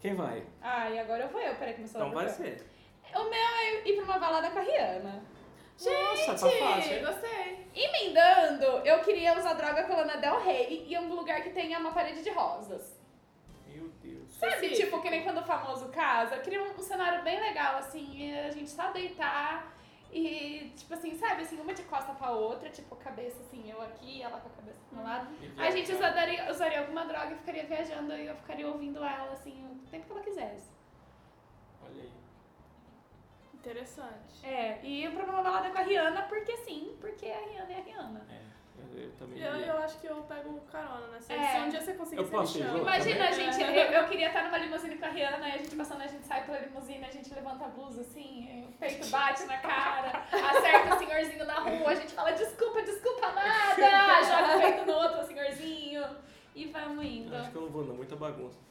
S1: Quem vai?
S3: Ah, e agora eu vou eu, peraí que meu celular
S1: Então vai
S3: tocou.
S1: ser.
S3: O meu é ir pra uma balada com a Rihanna.
S2: Gente,
S1: Nossa, tá fácil. hein?
S2: gostei.
S3: Emendando, eu queria usar droga com Lana Del Rey e um lugar que tenha uma parede de rosas.
S1: Meu Deus.
S3: Sabe,
S2: Específico.
S3: tipo, que nem quando o famoso casa, eu queria um, um cenário bem legal, assim, e a gente só deitar e, tipo assim, sabe, assim, uma de costa pra outra, tipo, cabeça assim, eu aqui, ela com a cabeça pro meu lado.
S1: E
S3: A gente
S1: viajar.
S3: usaria, usaria alguma droga e ficaria viajando e eu ficaria ouvindo ela, assim, o tempo que ela quisesse.
S1: Olha aí.
S2: Interessante.
S3: É, e eu pra uma balada com a Rihanna, porque sim, porque a Rihanna é a Rihanna.
S1: É, eu, eu também.
S2: Eu,
S1: ia.
S2: eu acho que eu pego carona nessa.
S3: É.
S2: Se um dia você conseguir,
S1: Eu
S2: você
S1: posso ir
S2: me chama.
S1: junto
S3: Imagina, a
S2: também.
S3: gente, eu, eu queria estar numa limusine com a Rihanna, e a gente passando, a gente sai pela limusine, a gente levanta a blusa assim, o peito bate na cara, acerta o senhorzinho na rua, a gente fala desculpa, desculpa nada, joga o peito no outro senhorzinho e vamos indo.
S1: Acho que eu não vou, não. Muita bagunça.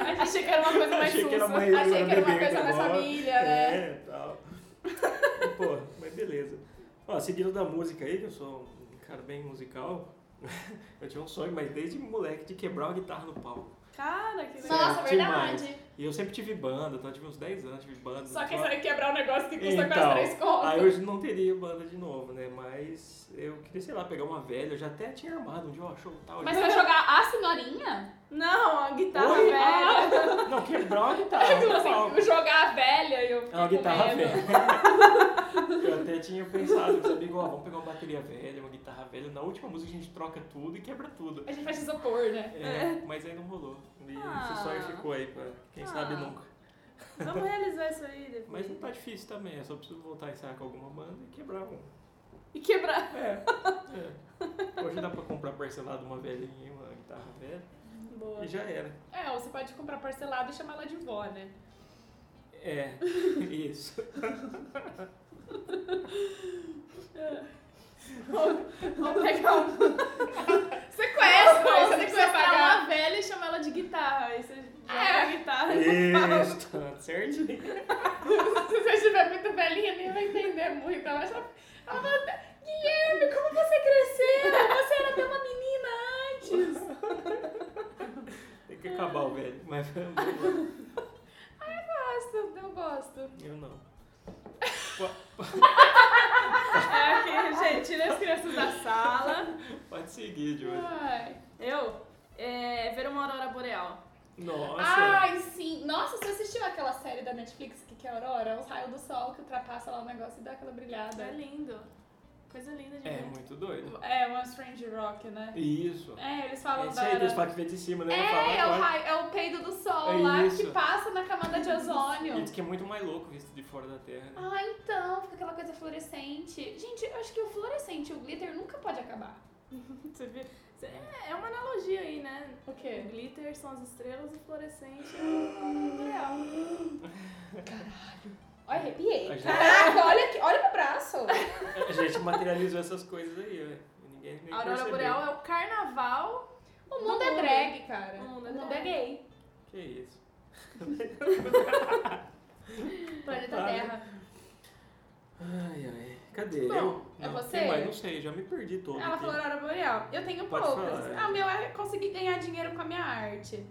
S3: A gente achei que era uma coisa mais
S1: Achei que era
S3: sussa.
S1: mais-
S3: Achei que era uma
S1: bebê
S3: coisa mais
S1: agora.
S3: família, né?
S1: É, tal. Pô, mas beleza. Ó, seguindo da música aí, que eu sou um cara bem musical, eu tinha um sonho, mas desde moleque, de quebrar uma guitarra no palco.
S2: Cara, que legal.
S3: Nossa,
S1: Certo,
S3: verdade.
S1: E eu sempre tive banda, então eu tive uns 10 anos, tive banda.
S3: Só que
S1: tal.
S3: isso aí quebrar um negócio que custa
S1: Então,
S3: quase três contos.
S1: Aí hoje não teria banda de novo, né? Mas eu queria, sei lá, pegar uma velha. Eu já até tinha armado um dia, ó, show tal.
S3: Mas você vai jogar a senhorinha?
S2: Não, a guitarra
S1: Oi?
S2: velha.
S1: Não, quebrar uma guitarra
S3: Tipo
S1: no palco.
S3: assim, jogar a velha e eu
S1: É
S3: fiquei
S1: uma
S3: com
S1: guitarra
S3: medo.
S1: velha. Eu até tinha pensado, meus amigos, ó, vamos pegar uma bateria velha, uma guitarra velha. Na última música a gente troca tudo e quebra tudo.
S3: A gente faz isopor, né?
S1: É, mas aí não rolou. E
S2: Ah.
S1: esse sonho ficou aí, pra quem
S2: Ah.
S1: sabe nunca.
S2: Vamos realizar isso aí depois.
S1: Mas não tá difícil também, eu só preciso voltar a ensaiar com alguma banda e quebrar um.
S2: E quebrar.
S1: É, é. Hoje dá pra comprar parcelado uma velhinha e uma guitarra velha
S2: Boa.
S1: e já era.
S3: É, ou você pode comprar parcelado e chamar ela de vó, né?
S1: É, isso.
S2: Vamos pegar um.
S3: Você conhece,
S2: Ou
S3: mas
S2: você
S3: você precisa
S2: sequestrar uma
S3: pagar.
S2: velha e chama ela de guitarra. Aí você joga
S3: É.
S2: a guitarra.
S1: Isso, tá certinho.
S3: Se você estiver muito velhinha, nem vai entender muito. Ela já... Ela fala, Guilherme, como você cresceu? Você era até uma menina antes.
S1: Tem que acabar o velho, mas vamos lá.
S3: Gosto, eu gosto.
S1: Eu não.
S2: É aqui, gente, tira as crianças da sala.
S1: Pode seguir, Júlio.
S3: Ai.
S2: Eu? É, ver uma aurora boreal.
S1: Nossa.
S3: Ai, sim. Nossa, você assistiu aquela série da Netflix que que é Aurora? Os raios do sol que ultrapassa lá o negócio e dá aquela
S2: É
S3: brilhada.
S2: lindo. Coisa linda de
S1: É
S2: ver.
S1: muito doido.
S3: É, uma Strange Rock, né?
S1: Isso.
S3: É, eles
S1: É
S3: falam
S1: isso
S3: da...
S1: aí, Deus fala que vem de cima, né?
S3: É, é o,
S1: agora.
S3: raio, é o peido do sol
S1: É
S3: lá
S1: isso.
S3: que passa na camada de
S1: E
S3: ozônio.
S1: diz que é muito mais louco visto de fora da Terra. Né?
S3: Ah, então, fica aquela coisa fluorescente. Gente, eu acho que o fluorescente, o glitter nunca pode acabar.
S2: Você vê? Cê- É, é uma analogia aí, né?
S3: O
S2: O
S3: quê?
S2: glitter são as estrelas e fluorescente é uma aurora boreal.
S3: Olha,
S1: A
S3: arrepiei.
S1: gente-
S3: Caraca, olha aqui, olha meu braço.
S1: A gente materializou essas coisas aí, né? E ninguém nem
S2: A aurora
S1: percebeu.
S2: boreal é o carnaval.
S3: O mundo é
S2: mundo.
S3: drag, cara.
S2: O mundo é drag.
S3: gay.
S1: Que isso.
S3: Planeta
S1: Tá.
S3: Terra.
S1: Ai, ai. Cadê?
S3: Bom,
S1: eu?
S3: é
S1: Não,
S3: você?
S1: quem mais? não sei, já me perdi todo.
S3: Ela
S1: aqui.
S3: falou né? aurora boreal. Eu tenho
S1: Pode
S3: poucas.
S1: falar, é.
S3: Ah, o meu é conseguir ganhar dinheiro com a minha arte.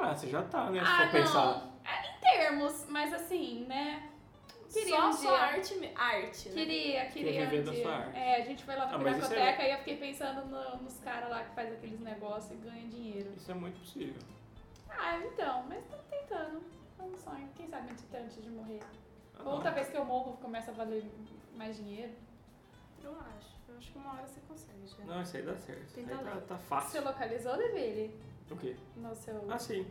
S1: Ah, você já tá, né? Se
S3: ah,
S1: for
S3: não.
S1: pensar.
S3: É, em termos, mas assim, né? Queria
S2: só
S3: um
S2: só
S3: dia.
S2: arte, me- arte né?
S3: Queria, queria.
S1: viver
S3: um
S1: da
S3: dia.
S1: sua arte.
S3: É, a gente foi lá pra
S1: Ah, mas isso é-
S3: Pinacoteca e eu fiquei pensando no- nos caras lá que faz aqueles negócios e ganha dinheiro.
S1: Isso é muito possível.
S3: Ah, então, mas tô tentando. É um sonho. Quem sabe antes, antes de morrer.
S1: Ah,
S3: Ou
S1: não.
S3: talvez que eu morro começa a valer mais dinheiro.
S2: Eu acho. Eu acho que uma hora você consegue já.
S1: Não, isso aí dá certo. Isso aí
S2: Tenta
S1: tá,
S2: lá.
S1: tá
S3: Você
S1: fácil.
S3: localizou, Deville?
S1: O quê?
S3: No seu.
S1: Ah, sim.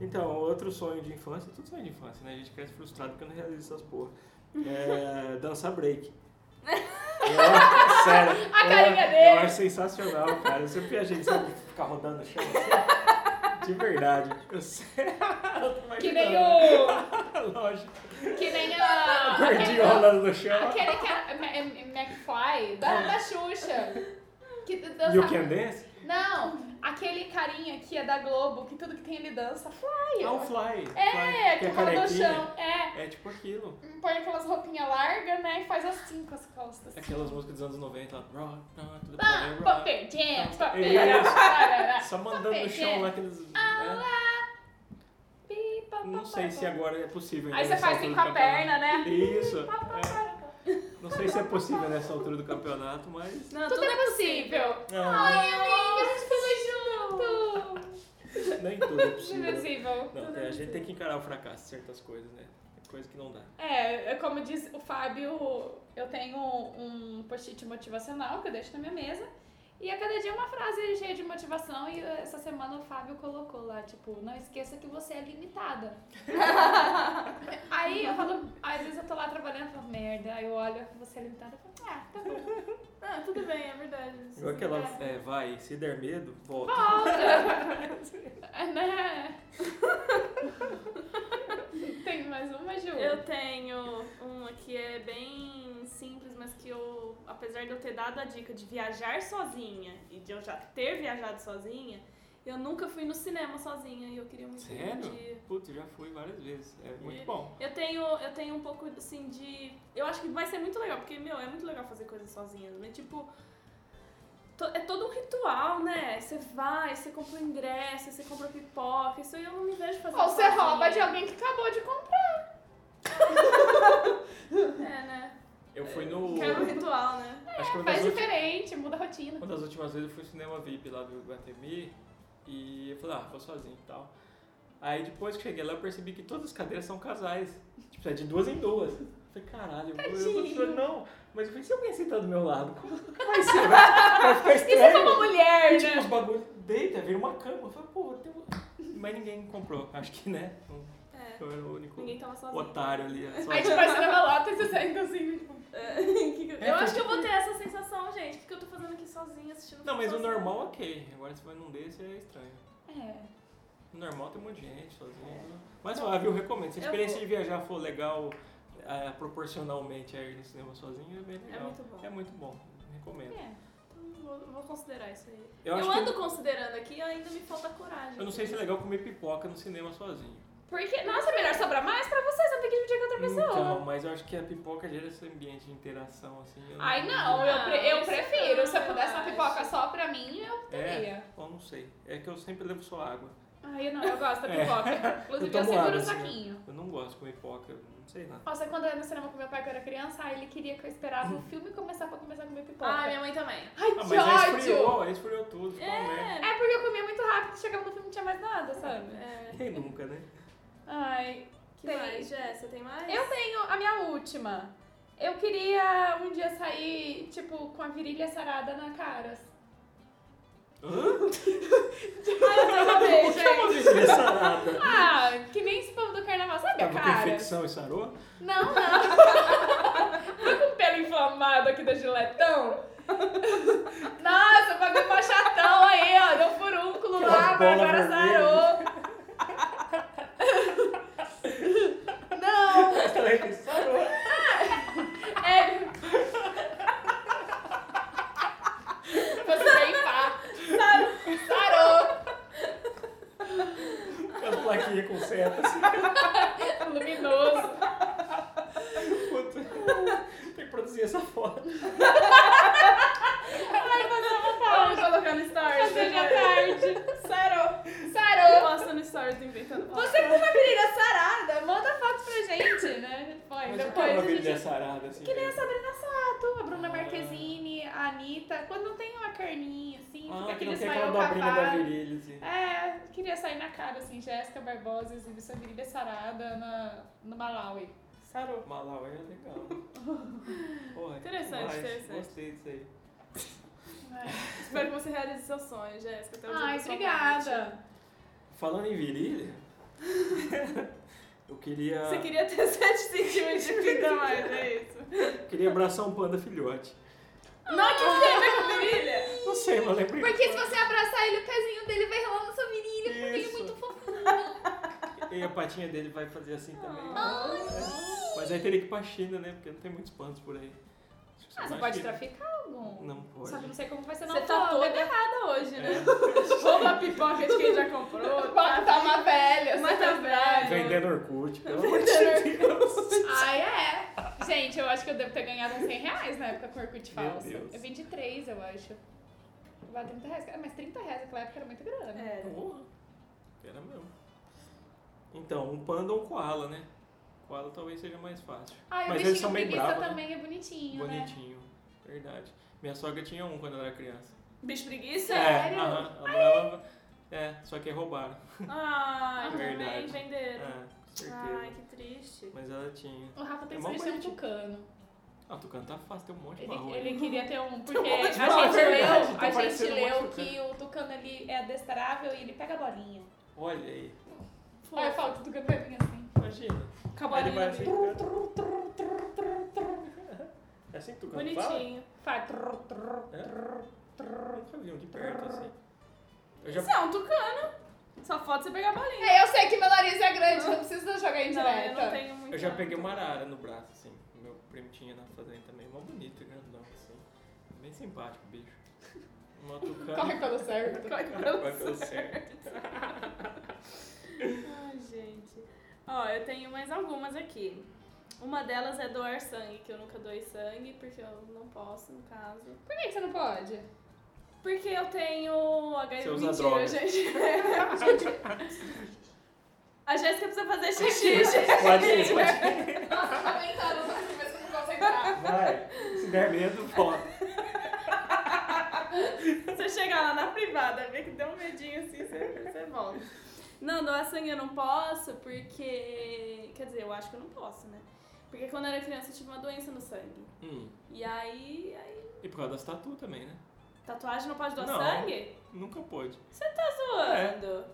S1: Então, outro sonho de infância, tudo sonho de infância, né? A gente cresce frustrado porque não realiza essas porra. É, dançar break. É, sério.
S3: A carinha
S1: eu,
S3: dele.
S1: Eu acho sensacional, cara. Eu sempre achei que sabe ficar rodando no chão assim. De verdade. Eu, sei- eu tô
S3: Que nem
S1: imaginando.
S3: o.
S1: Lógico.
S3: Que nem a.
S1: Gordinho
S3: aquele-
S1: rolando no chão.
S3: Aquele que é Ma- é McFly, da, da Xuxa. Que dança...
S1: You can dance?
S3: Não, aquele carinha que é da Globo, que tudo que tem ele dança. Fly!
S1: Ah,
S3: ó.
S1: o fly.
S3: é,
S1: fly,
S3: que
S1: é
S3: rola no
S1: carequinha.
S3: chão. É,
S1: É tipo aquilo.
S3: põe aquelas roupinhas largas, né, e faz assim com as costas.
S1: Aquelas músicas dos anos 90, lá. Rock, rock, to the
S3: Pá,
S1: body, rock.
S3: Paper jams, paper
S1: é Isso.
S3: jams.
S1: Só mandando no chão lá
S3: Ah,
S1: aqueles. né? Não sei se agora é possível.
S3: Aí
S1: ainda
S3: você
S1: nessa
S3: faz assim com
S1: altura
S3: a
S1: do campeonato.
S3: perna, né?
S1: Isso. é. Não sei se é possível nessa altura do campeonato, mas.
S2: Não,
S3: Tudo é possível.
S1: Não,
S3: Ai, amiga, a gente falou junto.
S1: nem tudo é
S3: Tudo é
S1: possível.
S3: possível.
S1: Não, tem- a gente tem que encarar o fracasso de certas coisas, né? Tem coisa que não dá.
S3: É, é como diz o Fábio, eu tenho um post-it motivacional que eu deixo na minha mesa. E a cada dia uma frase cheia de motivação. E essa semana o Fábio colocou lá, tipo, não esqueça que você é limitada. aí eu falo, às vezes eu tô lá trabalhando, eu falo, merda. Aí eu olho, você é limitada, eu falo, ah, tá bom.
S2: Ah, tudo bem, é verdade.
S1: Igual aquela. É, vai, se der medo, volta.
S3: Volta! É, né? Tem mais uma, Ju?
S2: Eu tenho uma que é bem simples, mas que eu, apesar de eu ter dado a dica de viajar sozinha e de eu já ter viajado sozinha, eu nunca fui no cinema sozinha e eu queria muito ir um
S1: Sério?
S2: dia.
S1: Putz, eu já fui várias vezes. É muito
S2: E-
S1: bom.
S2: Eu tenho, eu tenho um pouco assim de. Eu acho que vai ser muito legal, porque, meu, é muito legal fazer coisas sozinha. Né? Tipo. to- É todo um ritual, né? Você vai, você compra o ingresso, você compra pipoca, isso aí eu não me vejo fazendo.
S3: Ou você
S2: sozinha.
S3: rouba de alguém que acabou de comprar.
S2: É, né?
S1: Eu fui no.
S2: Que é um ritual, né?
S1: Acho que uma das
S3: Faz
S1: últimas-
S3: diferente, muda a rotina.
S1: Uma das últimas vezes eu fui no cinema VIP lá do Guatemi e eu falei, ah, vou sozinho e tal. Aí depois que cheguei lá eu percebi que todas as cadeiras são casais. Tipo, é de duas em duas. Eu falei, caralho, eu vou, eu vou
S3: Tadinho.
S1: não. Mas eu falei, se alguém sentar do meu lado, como é que vai ser? Vai vai ficar estranho.
S3: é mulher, né?
S1: E, tipo, os bagulhos deita, vira uma cama. Eu falei, pô, tem uma... Mas ninguém comprou. Acho que, né?
S2: É.
S1: Eu era o único
S2: Ninguém tava sozinho.
S1: otário ali.
S3: Aí
S1: sozinho.
S3: tipo, você leva lota e você senta assim, tipo...
S2: É, que que eu-
S1: É,
S2: eu
S1: foi
S2: acho que eu
S1: tipo-
S2: vou ter essa sensação, gente, porque eu tô fazendo aqui sozinha assistindo.
S1: Não,
S2: filme
S1: mas o
S2: sozinha.
S1: normal, ok. Agora se vai num desse é estranho.
S3: É.
S1: Normal tem um monte de gente sozinho. Mas ó, eu recomendo. Se a
S2: Eu
S1: experiência
S2: vou.
S1: de viajar for legal ah, proporcionalmente a ir no cinema sozinho, é bem
S2: É
S1: legal.
S2: muito bom.
S1: É muito bom. Recomendo.
S3: é.
S2: Então, Vou, vou considerar isso aí.
S1: Eu
S2: Eu,
S1: acho que-
S2: ando considerando aqui, ainda me falta coragem.
S1: Eu não sei se é legal comer pipoca no cinema sozinho.
S3: Porque, nossa, é melhor sobrar mais pra você, você tem que dividir com outra pessoa.
S1: Então, mas eu acho que a pipoca gera esse ambiente de interação, assim. eu
S3: Ai, não, eu, pre- eu
S2: Não, isso
S3: prefiro.
S2: não,
S3: Se eu pudesse
S2: eu
S3: uma
S2: acho.
S3: pipoca só pra mim, eu
S1: É,
S3: teria.
S1: eu não sei. É que eu sempre levo só água.
S3: Ai, não, eu gosto da pipoca. Inclusive, eu,
S1: É. tomo
S3: seguro
S1: água,
S3: o
S1: assim,
S3: saquinho.
S1: Eu não gosto de comer pipoca, eu não sei lá.
S3: Nossa, quando eu ia no cinema com meu pai quando eu era criança, aí ele queria que eu esperasse
S1: Hum.
S3: o filme começar pra começar a comer pipoca.
S2: Ah, minha mãe também.
S3: Ai,
S1: Ah,
S3: é que
S1: mas aí
S3: ódio!
S1: esfriou, aí esfriou tudo. Ficou uma merda.
S3: É porque eu comia muito rápido, chegava no filme e não tinha mais nada, sabe?
S2: É.
S1: Quem nunca, né?
S3: Ai,
S2: Que
S3: Tem.
S2: mais, Jess? Você tem mais?
S3: Eu tenho a minha última. Eu queria um dia sair, tipo, com a virilha sarada na cara.
S1: Hã?
S3: Ai, eu tenho uma vez,
S1: Como
S3: gente.
S1: assim, sarada?
S3: Ah, que nem esse povo do carnaval, sabe a
S1: Tava com
S3: cara?
S1: infecção e sarou?
S3: Não, não. Tá com pelo inflamado aqui da Giletão? Nossa, pagou pra chatão aí, ó. Deu furúnculo lá,
S1: Aquela
S3: mas
S1: bola
S3: agora
S1: vermelha.
S3: sarou. Não,
S1: Ela sarou.
S3: É. Você tem pá. Sarou. Sarou.
S1: As plaquinhas tá com assim, setas.
S3: Luminoso.
S1: Puta. Tem que produzir essa foto.
S3: Ai, passava
S2: Vamos
S3: tarde.
S2: colocar no Stories.
S3: Seja
S2: né?
S3: tarde. Sarou.
S2: Eu
S3: Sarou.
S2: posto no Stories do Inventando Pauta.
S3: Você com uma virilha sarada, manda foto pra gente, né? Depois,
S1: Mas o que é uma
S3: depois a
S1: virilha
S3: gente...
S1: sarada, assim?
S3: Que nem a
S1: mesmo?
S3: Sabrina Sato, a Bruna Marquezine, a Anitta. Quando tem uma carninha, assim, fica
S1: Ah, que
S3: aquele
S1: não tem aquela
S3: espanhol
S1: dobrinha da
S3: cavalo.
S1: virilha, assim.
S3: É, queria sair na cara, assim, Jéssica Barbosa exibe sua virilha sarada na, no Malawi.
S2: Sarou.
S1: Malaué é legal. Porra,
S2: Interessante,
S1: demais.
S2: interessante.
S1: Gostei disso aí.
S2: Espero que você realize seu sonho, Jéssica.
S1: Então,
S2: até o dia
S3: Ai,
S2: da sua morte.
S3: obrigada.
S1: Falando em virilha, eu queria,
S2: Você queria ter 7 centímetros de vida a mais, é isso?
S1: queria abraçar um panda filhote.
S2: Não, que feio, com virilha!
S1: Não sei, mas lembrei.
S3: Porque se você abraçar ele, o pezinho dele vai rolar na sua virilha, porque ele é
S1: Isso.
S3: muito fofinho.
S1: E a patinha dele vai fazer assim também.
S3: Ah. Ai.
S1: Mas aí teria que ir pra China, né? Porque não tem muitos pandas por aí. Acho que
S3: Ah,
S1: só
S3: você
S1: na
S3: pode
S1: China.
S3: traficar algum.
S1: Não pode.
S3: Só que não sei como vai ser na
S2: Você tá
S3: alfândega.
S2: toda errada hoje, né?
S1: É,
S2: Rouba a pipoca de quem já comprou.
S3: Bota tá uma velha,
S2: Mas tá velho.
S1: vendendo Orkut, pelo amor de Deus.
S3: Ai, é. Gente, eu acho que eu devo ter ganhado uns 100 reais na época com Orkut
S1: Meu
S3: falso.
S1: Deus.
S3: É 23, eu acho. Vale 30 reais. Cara, mas 30 reais naquela época era muito grana.
S2: É.
S1: Porra, Era mesmo. Então, um panda ou um koala, né? Koala talvez seja mais fácil.
S3: Ah, e
S1: Mas
S3: o
S1: eles
S3: bichinho
S1: são bem
S3: preguiça
S1: bravos, né?
S3: também é bonitinho, né?
S1: Bonitinho. Verdade. Minha sogra tinha um quando ela era criança.
S2: Bicho preguiça?
S3: Sério?
S1: É, aham, ela morava- é, só que roubaram.
S2: Ai, também
S1: É Verdade.
S2: venderam.
S1: É, com certeza.
S2: Ai, que triste.
S1: Mas ela tinha.
S3: O Rafa tem
S1: É
S3: que
S1: mó
S3: ser um
S1: bonitinho.
S3: tucano.
S1: Ah, Tucano tá fácil, tem um monte de
S3: Ele,
S1: marrom.
S3: ele
S1: aí.
S3: queria ter Tipo, um, porque
S1: monte
S3: a
S1: de
S3: gente
S1: barro, é verdade,
S3: leu,
S1: tá
S3: a gente
S1: parecendo um
S3: leu
S1: monte de
S3: que o tucano ele é adestrável e ele pega a bolinha.
S1: Olha aí. É,
S2: Fofo.
S3: Aí eu falo que o tucano vai vir assim.
S1: Imagina.
S2: Acabou a
S1: Ele vai
S2: linha.
S1: assim. É assim que Tucano fala?
S2: Bonitinho.
S3: Faz trrr, trrr.
S1: Eu nunca vi um de perto assim. Eu já
S2: Isso é um tucano. Só falta você pegar a bolinha.
S3: É, eu sei que meu nariz é grande, não precisa jogar em
S2: Não, eu
S3: É, direta.
S2: não tenho muito.
S1: Eu já
S2: não.
S1: peguei uma arara no braço, assim. O Meu primo tinha na fazenda também. Mó bonito, grandão, assim. Bem simpático o bicho. Um Uma tucana.
S3: Corre pelo certo.
S2: Corre pelo
S1: Vai pelo certo.
S2: Ai, gente. Ó, eu tenho mais algumas aqui. Uma delas é doar sangue, que eu nunca doei sangue, porque eu não posso, no caso.
S3: Por que que você não pode?
S2: Porque eu tenho HIV.
S1: Você usa
S2: Mentira,
S1: droga.
S2: gente. Gente. A Jéssica precisa fazer xixi, gente.
S1: Pode ir, pode ir.
S3: Nossa, comentaram, mas você não concentrar.
S1: Vai. Se der medo, volta.
S2: Se você chegar lá na privada, ver que deu um medinho assim, você, você volta. Não, doar sangue eu não posso, porque. Quer dizer, eu acho que eu não posso, né? Porque quando eu era criança eu tive uma doença no sangue.
S1: Hum.
S2: E aí. aí...
S1: E por causa das tatu também, né?
S2: Tatuagem não pode doar
S1: Não. É.
S2: sangue?
S1: Nunca pôde.
S2: Você tá zoando.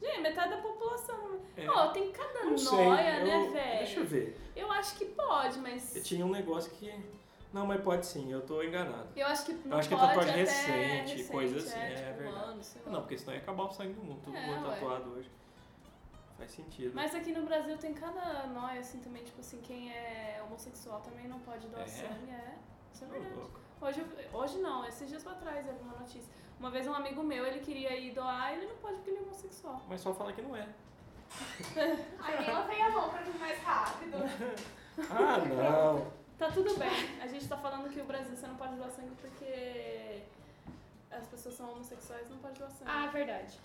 S2: Gente, metade da população.
S1: É.
S2: Ó, tem cada
S1: Não
S2: noia,
S1: sei,
S2: né,
S1: eu-
S2: velho?
S1: Deixa eu ver.
S2: Eu acho que pode, mas.
S1: Eu tinha um negócio que. Não, mas pode sim, eu tô enganado.
S2: Eu acho que não
S1: Eu acho que é
S2: pode
S1: tatuagem
S2: até
S1: recente,
S2: recente,
S1: coisa assim,
S2: É,
S1: é
S2: tipo, um
S1: verdade.
S2: ano, sei lá.
S1: Não, porque senão ia acabar o sangue do mundo. Todo
S2: É,
S1: mundo
S2: ué.
S1: tatuado hoje. Faz sentido.
S2: Mas aqui no Brasil tem cada nóia, assim, também, tipo assim, quem é homossexual também não pode doar
S1: É?
S2: sangue, é. Isso é
S1: Ô,
S2: verdade.
S1: louco.
S2: Hoje, eu- hoje não, esses dias pra trás eu vi uma notícia. Uma vez um amigo meu, ele queria ir doar e ele não pode porque ele é homossexual.
S1: Mas só fala que não é.
S3: Aí ela tem a mão pra vir mais rápido.
S1: Ah, não.
S2: Tá tudo bem, a gente tá falando que o Brasil você não pode doar sangue porque as pessoas são homossexuais e não pode doar sangue.
S3: Ah, verdade.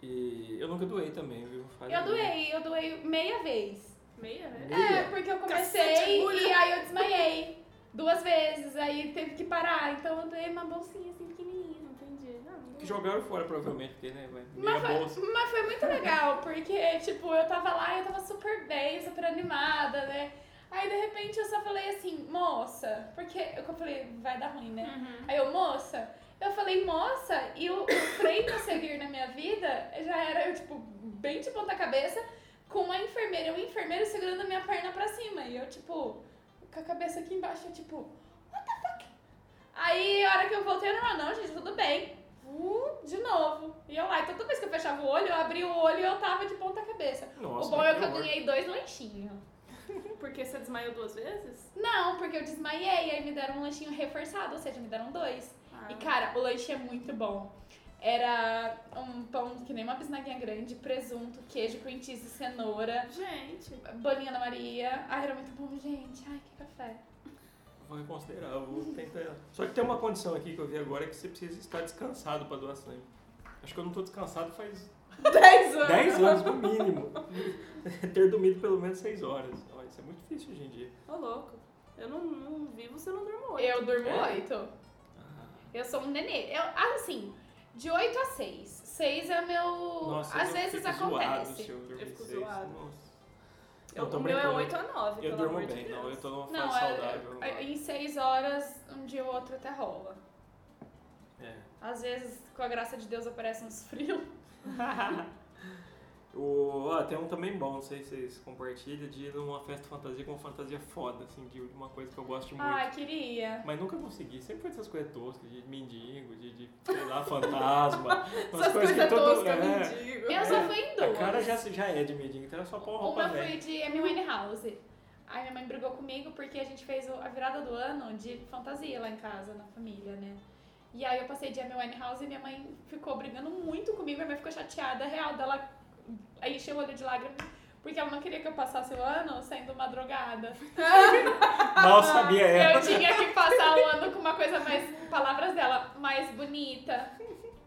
S1: E eu nunca doei também, viu? Falei.
S3: Eu doei, eu doei meia vez.
S2: Meia, né?
S3: É, porque eu
S2: Cacete,
S3: comecei
S2: agulha.
S3: e aí eu desmaiei. Duas vezes, aí teve que parar. Então eu doei uma bolsinha assim pequenininha.
S2: Não entendi. Não, não
S1: Que jogaram fora, provavelmente, porque, né? Vai meia
S3: Mas
S1: bolsa.
S3: foi, mas foi muito legal, porque, tipo, eu tava lá e eu tava super bem, super animada, né? Aí, de repente, eu só falei assim, moça, porque eu falei, vai dar ruim, né?
S2: Uhum.
S3: Aí eu, moça, eu falei, moça, e o, o freio a seguir na minha vida já era, eu, tipo, bem de ponta cabeça, com a enfermeira, e o enfermeiro segurando a minha perna pra cima. E eu, tipo, com a cabeça aqui embaixo, eu, tipo, what the fuck? Aí, a hora que eu voltei, eu "Ah, não, não, gente, tudo bem. Uh, de novo. E eu lá, e toda vez que eu fechava o olho, eu abri o olho e eu tava de ponta cabeça.
S1: Nossa,
S3: o bom é
S1: que
S3: que eu
S1: horror.
S3: ganhei dois lanchinhos.
S2: Porque você desmaiou duas vezes?
S3: Não, porque eu desmaiei, aí me deram um lanchinho reforçado, ou seja, me deram dois.
S2: Ah.
S3: E cara, o lanche é muito bom. Era um pão que nem uma bisnaguinha grande, presunto, queijo, cream cheese, cenoura,
S2: Gente,
S3: bolinha da Maria. Ai, era muito bom, gente. Ai, que café.
S1: Vou reconsiderar, eu vou tentar. Só que tem uma condição aqui que eu vi agora é que você precisa estar descansado pra doar sangue. Acho que eu não tô descansado faz
S2: 10 anos.
S1: 10 anos no mínimo. Ter dormido pelo menos 6 horas. Ó, isso é muito difícil hoje em dia.
S2: Ô, louco. Eu não, não vivo se eu não durmo hoje.
S3: Eu durmo
S1: É?
S3: oito.
S1: Ah,
S3: Eu sou um nenê. Eu, assim, de oito a seis. Seis é meu.
S1: nossa,
S3: Às
S1: eu
S3: vezes
S1: fico zoado
S3: acontece.
S1: se eu dormir
S2: Eu fico
S1: seis.
S2: zoado.
S1: Nossa.
S2: Eu-
S1: Não, tô
S2: o meu é
S1: brincando.
S2: 8 a 9,
S1: Eu
S2: pelo
S1: durmo
S2: amor de
S1: bem,
S2: Deus.
S1: não. Eu tô numa fase
S3: Não, é-
S1: saudável.
S3: é- em seis seis horas, um dia ou outro até rola.
S1: É.
S3: Às vezes, com a graça de Deus, aparece uns frios.
S1: O, ah, tem um também bom, não sei se vocês compartilham, de ir numa festa fantasia com fantasia foda, assim, de uma coisa que eu gosto muito.
S3: Ai, queria.
S1: Mas nunca consegui, sempre foi essas coisas toscas, de mendigo, de, de sei lá, fantasma. umas
S2: Essas coisas
S1: todo-
S2: toscas,
S1: é.
S2: mendigo.
S3: Eu só fui em duas.
S1: A cara já, já é de mendigo, então era só pôr roupa
S3: Uma foi
S1: velha.
S3: de Amy Winehouse. Aí minha mãe brigou comigo porque a gente fez o- a virada do ano de fantasia lá em casa, na família, né? E aí eu passei de Amy Winehouse e minha mãe ficou brigando muito comigo. Minha mãe ficou chateada, real, dela aí encheu o olho de lágrimas. Porque ela não queria que eu passasse o ano sendo uma drogada.
S1: Mal sabia é.
S3: Eu
S1: ela.
S3: tinha que passar o ano com uma coisa mais, palavras dela, mais bonita.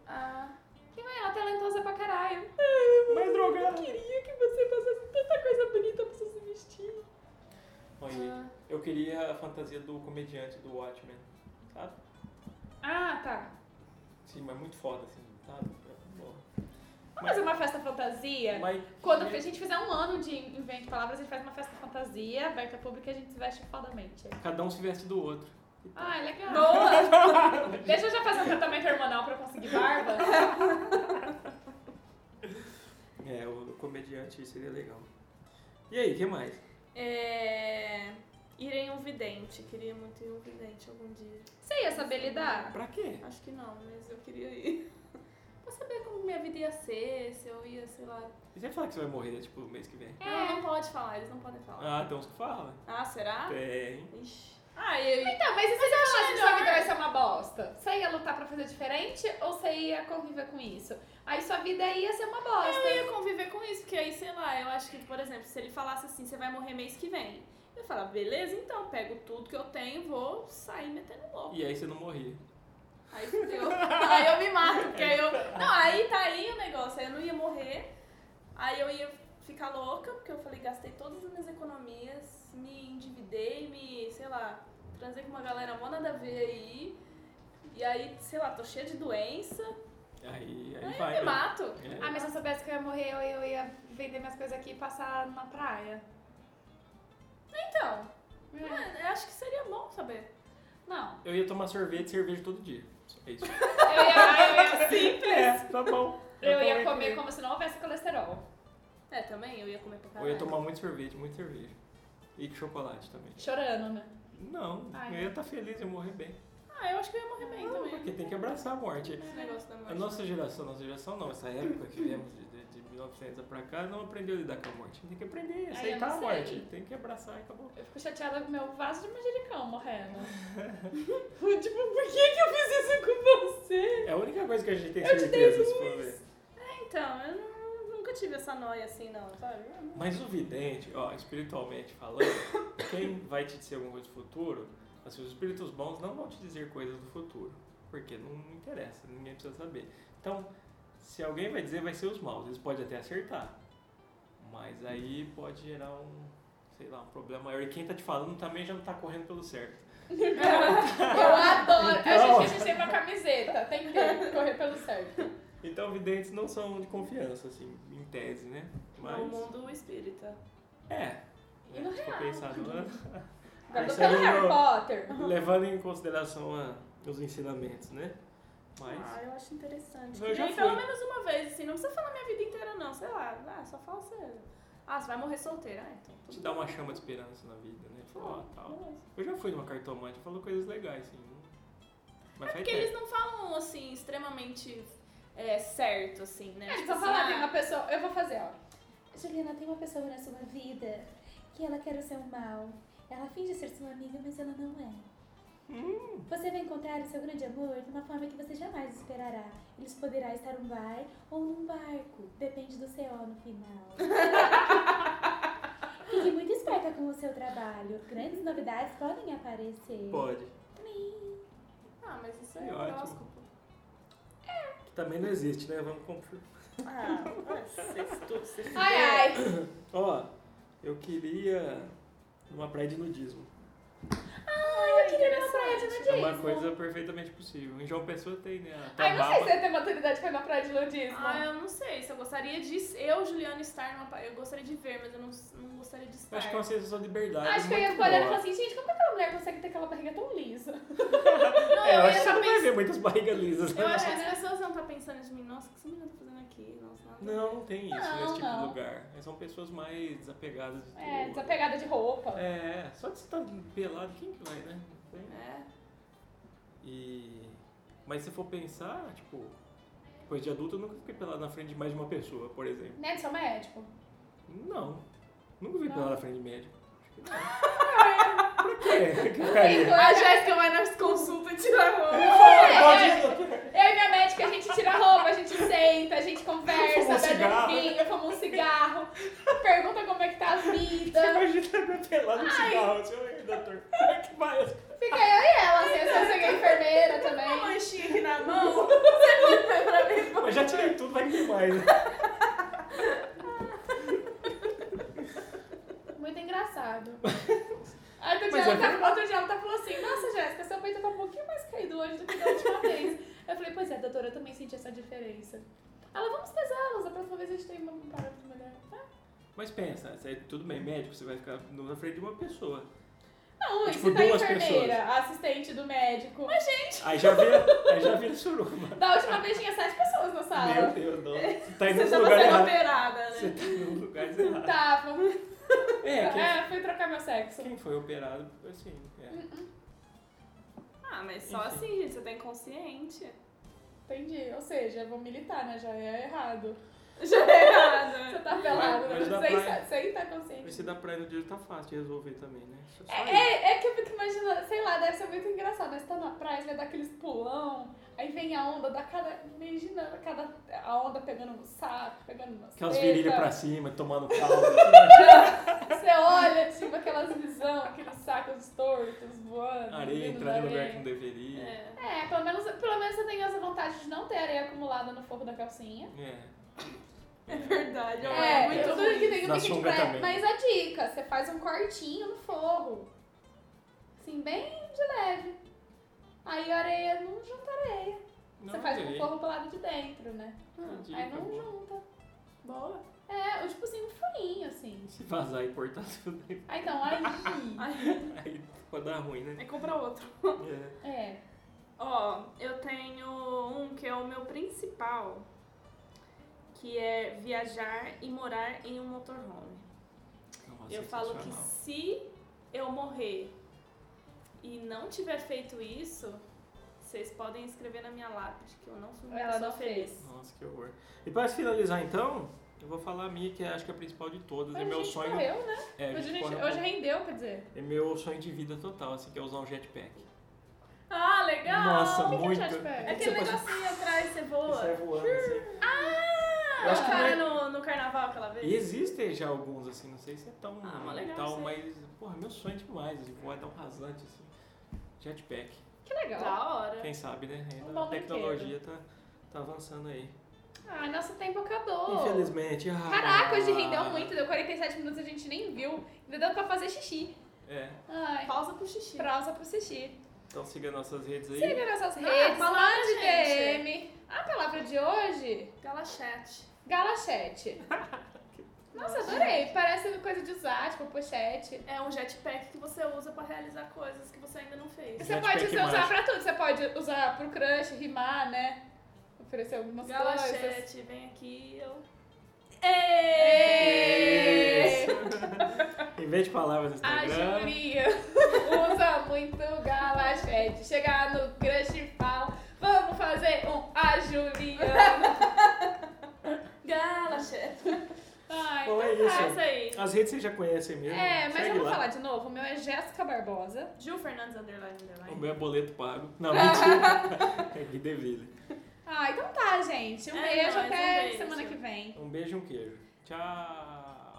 S3: Ah, que mãe, ela é talentosa pra caralho.
S1: É, Mas drogada.
S3: queria que você passasse tanta coisa bonita pra você se vestir.
S1: Olha,
S3: Ah.
S1: Eu queria a fantasia do comediante do Watchmen, sabe?
S3: Ah, tá.
S1: Sim, mas muito foda, assim, tá? Pô.
S3: Vamos fazer Ah, é uma festa fantasia?
S1: Mas,
S3: Quando a gente fizer um ano de invento palavras, a gente faz uma festa fantasia, aberta ao público e a gente se veste fodamente.
S1: Cada um se veste do outro.
S3: Ah, legal. Boa! Deixa eu já fazer um tratamento hormonal pra eu conseguir barba.
S1: É, o comediante seria legal. E aí, o que mais?
S2: É... Ir em um vidente. Queria muito ir em um vidente algum dia.
S3: Você ia saber lidar?
S1: Pra quê?
S2: Acho que não, mas eu queria ir. Pra saber como minha vida ia ser, se eu ia, sei lá.
S1: E Você fala que você vai morrer, tipo, mês que vem.
S2: Não, não pode falar, eles não podem falar.
S1: Ah, tem uns que falam.
S2: Ah, será?
S1: Tem.
S2: Ixi. Ah, eu
S3: Então, mas e se você falasse que sua
S2: melhor.
S3: vida vai ser uma bosta? Você ia lutar pra fazer diferente ou você ia conviver com isso? Aí sua vida ia ser uma bosta.
S2: Eu ia conviver com isso, porque aí, sei lá, eu acho que, por exemplo, se ele falasse assim, você vai morrer mês que vem. Eu ia falar, beleza, então, pego tudo que eu tenho e vou sair metendo louco.
S1: E aí você não morria.
S2: Aí fudeu. aí eu me mato, porque aí eu. Não, aí tá aí o negócio. Aí eu não ia morrer. Aí eu ia ficar louca, porque eu falei, gastei todas as minhas economias, me endividei, me, sei lá, transei com uma galera mó nada a ver aí. E aí, sei lá, tô cheia de doença.
S1: Aí, aí
S2: Aí eu
S1: vai.
S2: me
S1: né?
S2: mato.
S1: É.
S3: Ah, mas se eu soubesse que eu ia morrer, eu, eu ia vender minhas coisas aqui e passar na praia.
S2: Então,
S3: É.
S2: eu acho que seria bom saber.
S3: Não.
S1: Eu ia tomar sorvete e cerveja todo dia. Só É isso.
S3: Eu ia, eu ia,
S1: é, tá bom.
S3: eu ia
S1: também
S3: comer
S1: queria.
S3: como se não houvesse colesterol.
S2: É, também eu ia comer pra
S1: Eu
S2: caralho.
S1: ia tomar muito sorvete, muito cerveja. E chocolate também.
S3: Chorando, né?
S1: Não,
S3: Ai,
S1: eu ia estar feliz e morrer bem.
S2: Ah, eu acho que eu ia morrer bem também.
S1: Porque tem que abraçar a morte.
S2: Esse negócio da
S1: A
S2: morte.
S1: nossa geração, nossa geração não, essa época que viemos de, de, de 1900 pra cá, não aprendeu a lidar com a morte. Tem que aprender,
S3: eu
S1: aceitar
S3: não
S1: a morte.
S3: sei.
S1: Tem que abraçar e acabou.
S3: Eu fico chateada com meu vaso de manjericão morrendo. tipo, por que, que eu fiz isso com você?
S1: É a única coisa que a gente tem
S3: Eu te dei
S1: certeza, se for ver.
S2: Então, eu não- nunca tive essa noia assim, não, sabe?
S1: Mas o vidente, ó, espiritualmente falando, quem vai te dizer alguma coisa do futuro, assim, os espíritos bons não vão te dizer coisas do futuro. Porque não interessa, ninguém precisa saber. Então, se alguém vai dizer, vai ser os maus. Eles podem até acertar. Mas aí pode gerar um, sei lá, um problema maior. E quem tá te falando também já não tá correndo pelo certo.
S3: Eu adoro.
S1: Então.
S3: A, gente, a gente tem uma camiseta. Tem que ter, correr pelo certo.
S1: Então, videntes não são de confiança, assim, em tese, né?
S2: No
S1: Mas,
S2: mundo espírita.
S1: é.
S3: E no
S1: Se for
S3: real?
S1: pensar no-
S3: Agora tô
S1: Isso aí
S3: pelo Harry
S1: não-
S3: Potter.
S1: levando em consideração a- os ensinamentos, né? Mas
S2: Ah, eu acho interessante.
S1: Eu
S2: E
S1: já
S2: aí,
S1: fui.
S2: pelo menos uma vez, assim, não precisa falar minha vida inteira, não, sei lá. Ah, só fala sério. Ah, você vai morrer solteira. Ah, então.
S1: te
S2: Tudo
S1: dá uma chama de esperança na vida, né? Falou, ah, tal.
S2: Beleza.
S1: Eu já fui numa cartomante, falou coisas legais, assim. não- Mas faz
S2: Porque
S1: tempo.
S2: eles não falam, assim, extremamente é, certo, assim, né?
S3: É,
S2: Tipo
S3: vou
S2: assim,
S3: falar,
S2: ah,
S3: tem uma pessoa. Eu vou fazer, ó.
S4: Juliana, tem uma pessoa na sua vida que ela quer o seu mal. Ela finge ser sua amiga, mas ela não é. Você vai encontrar o seu grande amor de uma forma que você jamais esperará. Eles poderá estar num bar ou num barco. Depende do CO no final. Fique muito esperta com o seu trabalho. Grandes novidades podem aparecer.
S1: Pode.
S2: Ah, mas isso
S1: Que
S2: é
S1: ótimo.
S2: horóscopo.
S1: Que também não existe, né? Vamos conferir.
S2: Ah, vocês tudo, vocês
S3: Ai, ai.
S1: Ó, eu queria uma praia de nudismo.
S3: eu queria ir na praia de
S2: interessante.
S1: É uma
S3: nudismo.
S1: coisa perfeitamente possível. Em João Pessoa tem, né? a
S3: Ai, não
S1: Tababa.
S3: sei se eu ia ter maturidade pra ir na praia de nudismo.
S2: Ah, eu não sei se eu gostaria de. Eu, Juliana, estar numa. pa- Eu gostaria de ver, mas eu não, não gostaria de
S1: Eu
S2: estar.
S1: Acho que é uma sensação de liberdade.
S3: Acho que eu ia
S1: muito
S3: ficar olhando e
S1: boa.
S3: falar assim, gente, como é que aquela mulher consegue ter aquela barriga tão lisa?
S2: Não,
S1: É,
S2: eu,
S1: eu acho
S2: ia
S1: que você
S2: tá
S1: não vai
S2: pens-
S1: ver muitas barrigas lisas.
S2: eu
S1: né?
S2: acho que as pessoas vão estar pensando de mim, nossa, o que essa menina tá fazendo aqui? Nossa, nada.
S1: Não, não tem isso
S3: Não,
S1: nesse tipo
S3: não.
S1: de lugar. São pessoas mais desapegadas de tudo.
S3: É, desapegada de roupa.
S1: É, só que você tá pelado, quem que vai, né? Não tem.
S2: É.
S1: E... Mas se for pensar, tipo, depois de adulto eu nunca fiquei pelado na frente de mais de uma pessoa, por exemplo.
S3: Né, de ser médico.
S1: Não. Nunca vi
S3: Não.
S1: pelado na frente de médico. Acho que não. Pra quê? Que carinha?
S2: A Jéssica vai nas consultas tirar roupa.
S3: é. Eu e minha médica, a gente tira a roupa, a gente senta, a gente conversa,
S1: Fuma um
S3: bebe um
S1: cigarro.
S3: vinho, fuma um cigarro, pergunta como é que tá a vida.
S1: Imagina eu pelado no cigarro, assim, "Oi, doutor. Como é que vai?
S3: Fica eu e ela, assim, eu sou a enfermeira
S2: Uma
S3: também.
S2: manchinha aqui na mão. Você pode ver pra mim?
S1: Eu já tirei tudo, vai que tem mais.
S3: Muito engraçado. Aí outro dia,
S1: Mas
S3: ela
S1: é
S3: tá, outro dia ela tá falando assim, nossa Jéssica, seu peito tá um pouquinho mais caído hoje do que da última vez. Eu falei, pois é, doutora, eu também senti essa diferença. Ela, vamos pesá-los, da próxima vez a gente tem uma parada melhor. Tá?
S1: Mas pensa, você- tudo bem, médico, você vai ficar na frente de uma pessoa.
S3: Não, e
S1: Tipo,
S3: se tá a
S1: duas
S3: enfermeira,
S1: pessoas.
S3: a assistente do médico. Mas, gente,
S1: Aí já vira, aí já vira suruma.
S3: da última vez tinha sete pessoas na sala.
S1: Meu Deus, não. Você tá indo
S2: Você
S1: no
S2: tava
S1: lugar
S2: sendo
S1: errado.
S2: operada,
S1: Você
S2: né?
S1: tá indo no lugar errado.
S3: Tava.
S1: É, quem,
S3: Tá, É, fui trocar meu sexo.
S1: quem foi operado, assim, é.
S2: Ah, mas só
S1: Enfim.
S2: assim, gente, você tá inconsciente.
S3: Entendi. Ou seja, vou militar, né? Já é errado.
S2: Já é errado.
S3: Você
S2: né?
S3: tá pelado, né?
S1: mas dá
S3: Sem,
S1: pra-
S3: sem estar consciente.
S1: Mas se dá pra ir no dia tá fácil de resolver também, né? Só só
S3: É,
S1: isso.
S3: é, é que eu fico imaginando, sei lá, deve ser muito engraçado. né? Você tá na praia, vai dar aqueles pulão, aí vem a onda, dá cada. Imagina cada, a onda pegando no saco, pegando nas
S1: Aquelas
S3: tetas.
S1: virilhas pra cima, tomando caldo. assim,
S3: Você olha, tipo, aquelas visão, aqueles sacos tortos voando.
S1: areia
S3: vindo
S1: entrar
S3: na
S1: em lugar que
S3: areia.
S1: não deveria. É.
S2: É.
S3: É, pelo menos, pelo menos você tem essa vontade de não ter areia acumulada no forro da calcinha.
S1: É.
S2: É verdade, é, uma-
S3: É,
S2: muito
S3: eu
S2: ruim.
S3: tudo que tem
S1: Na
S3: um biquíni
S1: sunga
S3: pra...
S1: também.
S3: Mas a dica, você faz um cortinho no forro. Assim, bem de leve. Aí a areia não junta areia.
S1: Não,
S3: você faz com o
S1: sei.
S3: forro pro lado de dentro, né?
S1: Uma dica
S3: Aí não
S1: boa.
S3: junta.
S2: Boa.
S3: É, ou tipo assim, um furinho, assim.
S1: Se vazar e cortar tudo, aí-
S3: Ah, então, aí...
S1: aí pode dar ruim, né?
S2: É comprar outro.
S1: É.
S3: é.
S2: Ó, eu tenho um que é o meu principal, que é viajar e morar em um motorhome.
S1: Nossa,
S2: Eu falo que
S1: sensacional.
S2: se eu morrer e não tiver feito isso, vocês podem escrever na minha lápide que eu não fui uma
S3: Ela
S2: pessoa
S3: não fez.
S2: feliz.
S1: Nossa, que horror. E pra finalizar, então, eu vou falar a minha, que é, acho que é a principal de todas.
S3: Hoje
S1: é
S3: a
S1: meu
S3: gente
S1: sonho.
S3: correu, né?
S1: É, a
S3: Hoje, a
S1: gente
S3: gente-
S1: corre um
S3: hoje rendeu, quer dizer.
S1: pouco. é meu sonho de vida total, assim, que é usar um jetpack.
S2: Ah, legal!
S1: Nossa,
S3: o que que é
S1: muito.
S3: jetpack?
S2: É aquele
S1: Você pode-
S2: negocinho atrás, você
S1: Você sai
S2: voa.
S1: voando, assim.
S2: Ah!
S1: Eu acho que não
S2: cara
S1: é-
S2: no, no carnaval aquela vez.
S1: E existem já alguns, assim, não sei se é tão
S2: Ah, mas legal
S1: tal,
S2: isso aí.
S1: mas, porra, meu sonho é demais, de voar tão rasante, assim. Jetpack.
S3: Que legal.
S2: Da hora.
S1: Quem sabe, né?
S3: Um
S1: Ainda
S3: bom
S1: a tecnologia tá, tá avançando aí.
S3: Ah, nosso tempo acabou.
S1: Infelizmente. ah.
S3: Oh. Caraca, hoje rendeu muito, deu 47 minutos, a gente nem viu. Ainda deu pra fazer xixi.
S1: É.
S3: Ai,
S2: Pausa pro xixi.
S3: pausa pro xixi.
S1: Então siga nossas redes aí.
S3: Siga nossas
S2: Ah,
S3: redes,
S2: palavra,
S3: mande
S2: gente.
S3: DM. A palavra de hoje,
S2: Gala chat.
S3: galachete. Nossa, adorei. Parece coisa de usar, tipo pochete.
S2: É um jetpack que você usa pra realizar coisas que você ainda não fez.
S3: Você
S1: Jetpack
S3: pode usar
S1: mágico.
S3: pra tudo. Você pode usar pro crush, rimar, né? Oferecer algumas coisas.
S2: Galachete, vem aqui, eu.
S3: Ê!
S1: Invente palavras no
S3: A
S1: Instagram.
S3: Julia usa muito galachete. Chegar no crush e fala, vamos fazer um a Julia.
S2: Galachete.
S3: Ai,
S1: Bom, é
S3: então tá.
S2: É
S1: isso.
S2: isso aí.
S1: As redes vocês já conhecem mesmo.
S3: É, mas
S1: Segue
S3: eu vou
S1: lá.
S3: falar de novo. O meu é Jéssica Barbosa.
S2: Gil Fernandes Underline Underline.
S1: O meu é boleto pago. Não, mentira. é Gui Deville.
S3: Ah, então tá, gente. Um
S2: É
S3: beijo
S2: nóis, um
S3: até
S2: beijo.
S3: semana que vem.
S1: Um beijo e um queijo. Tchau.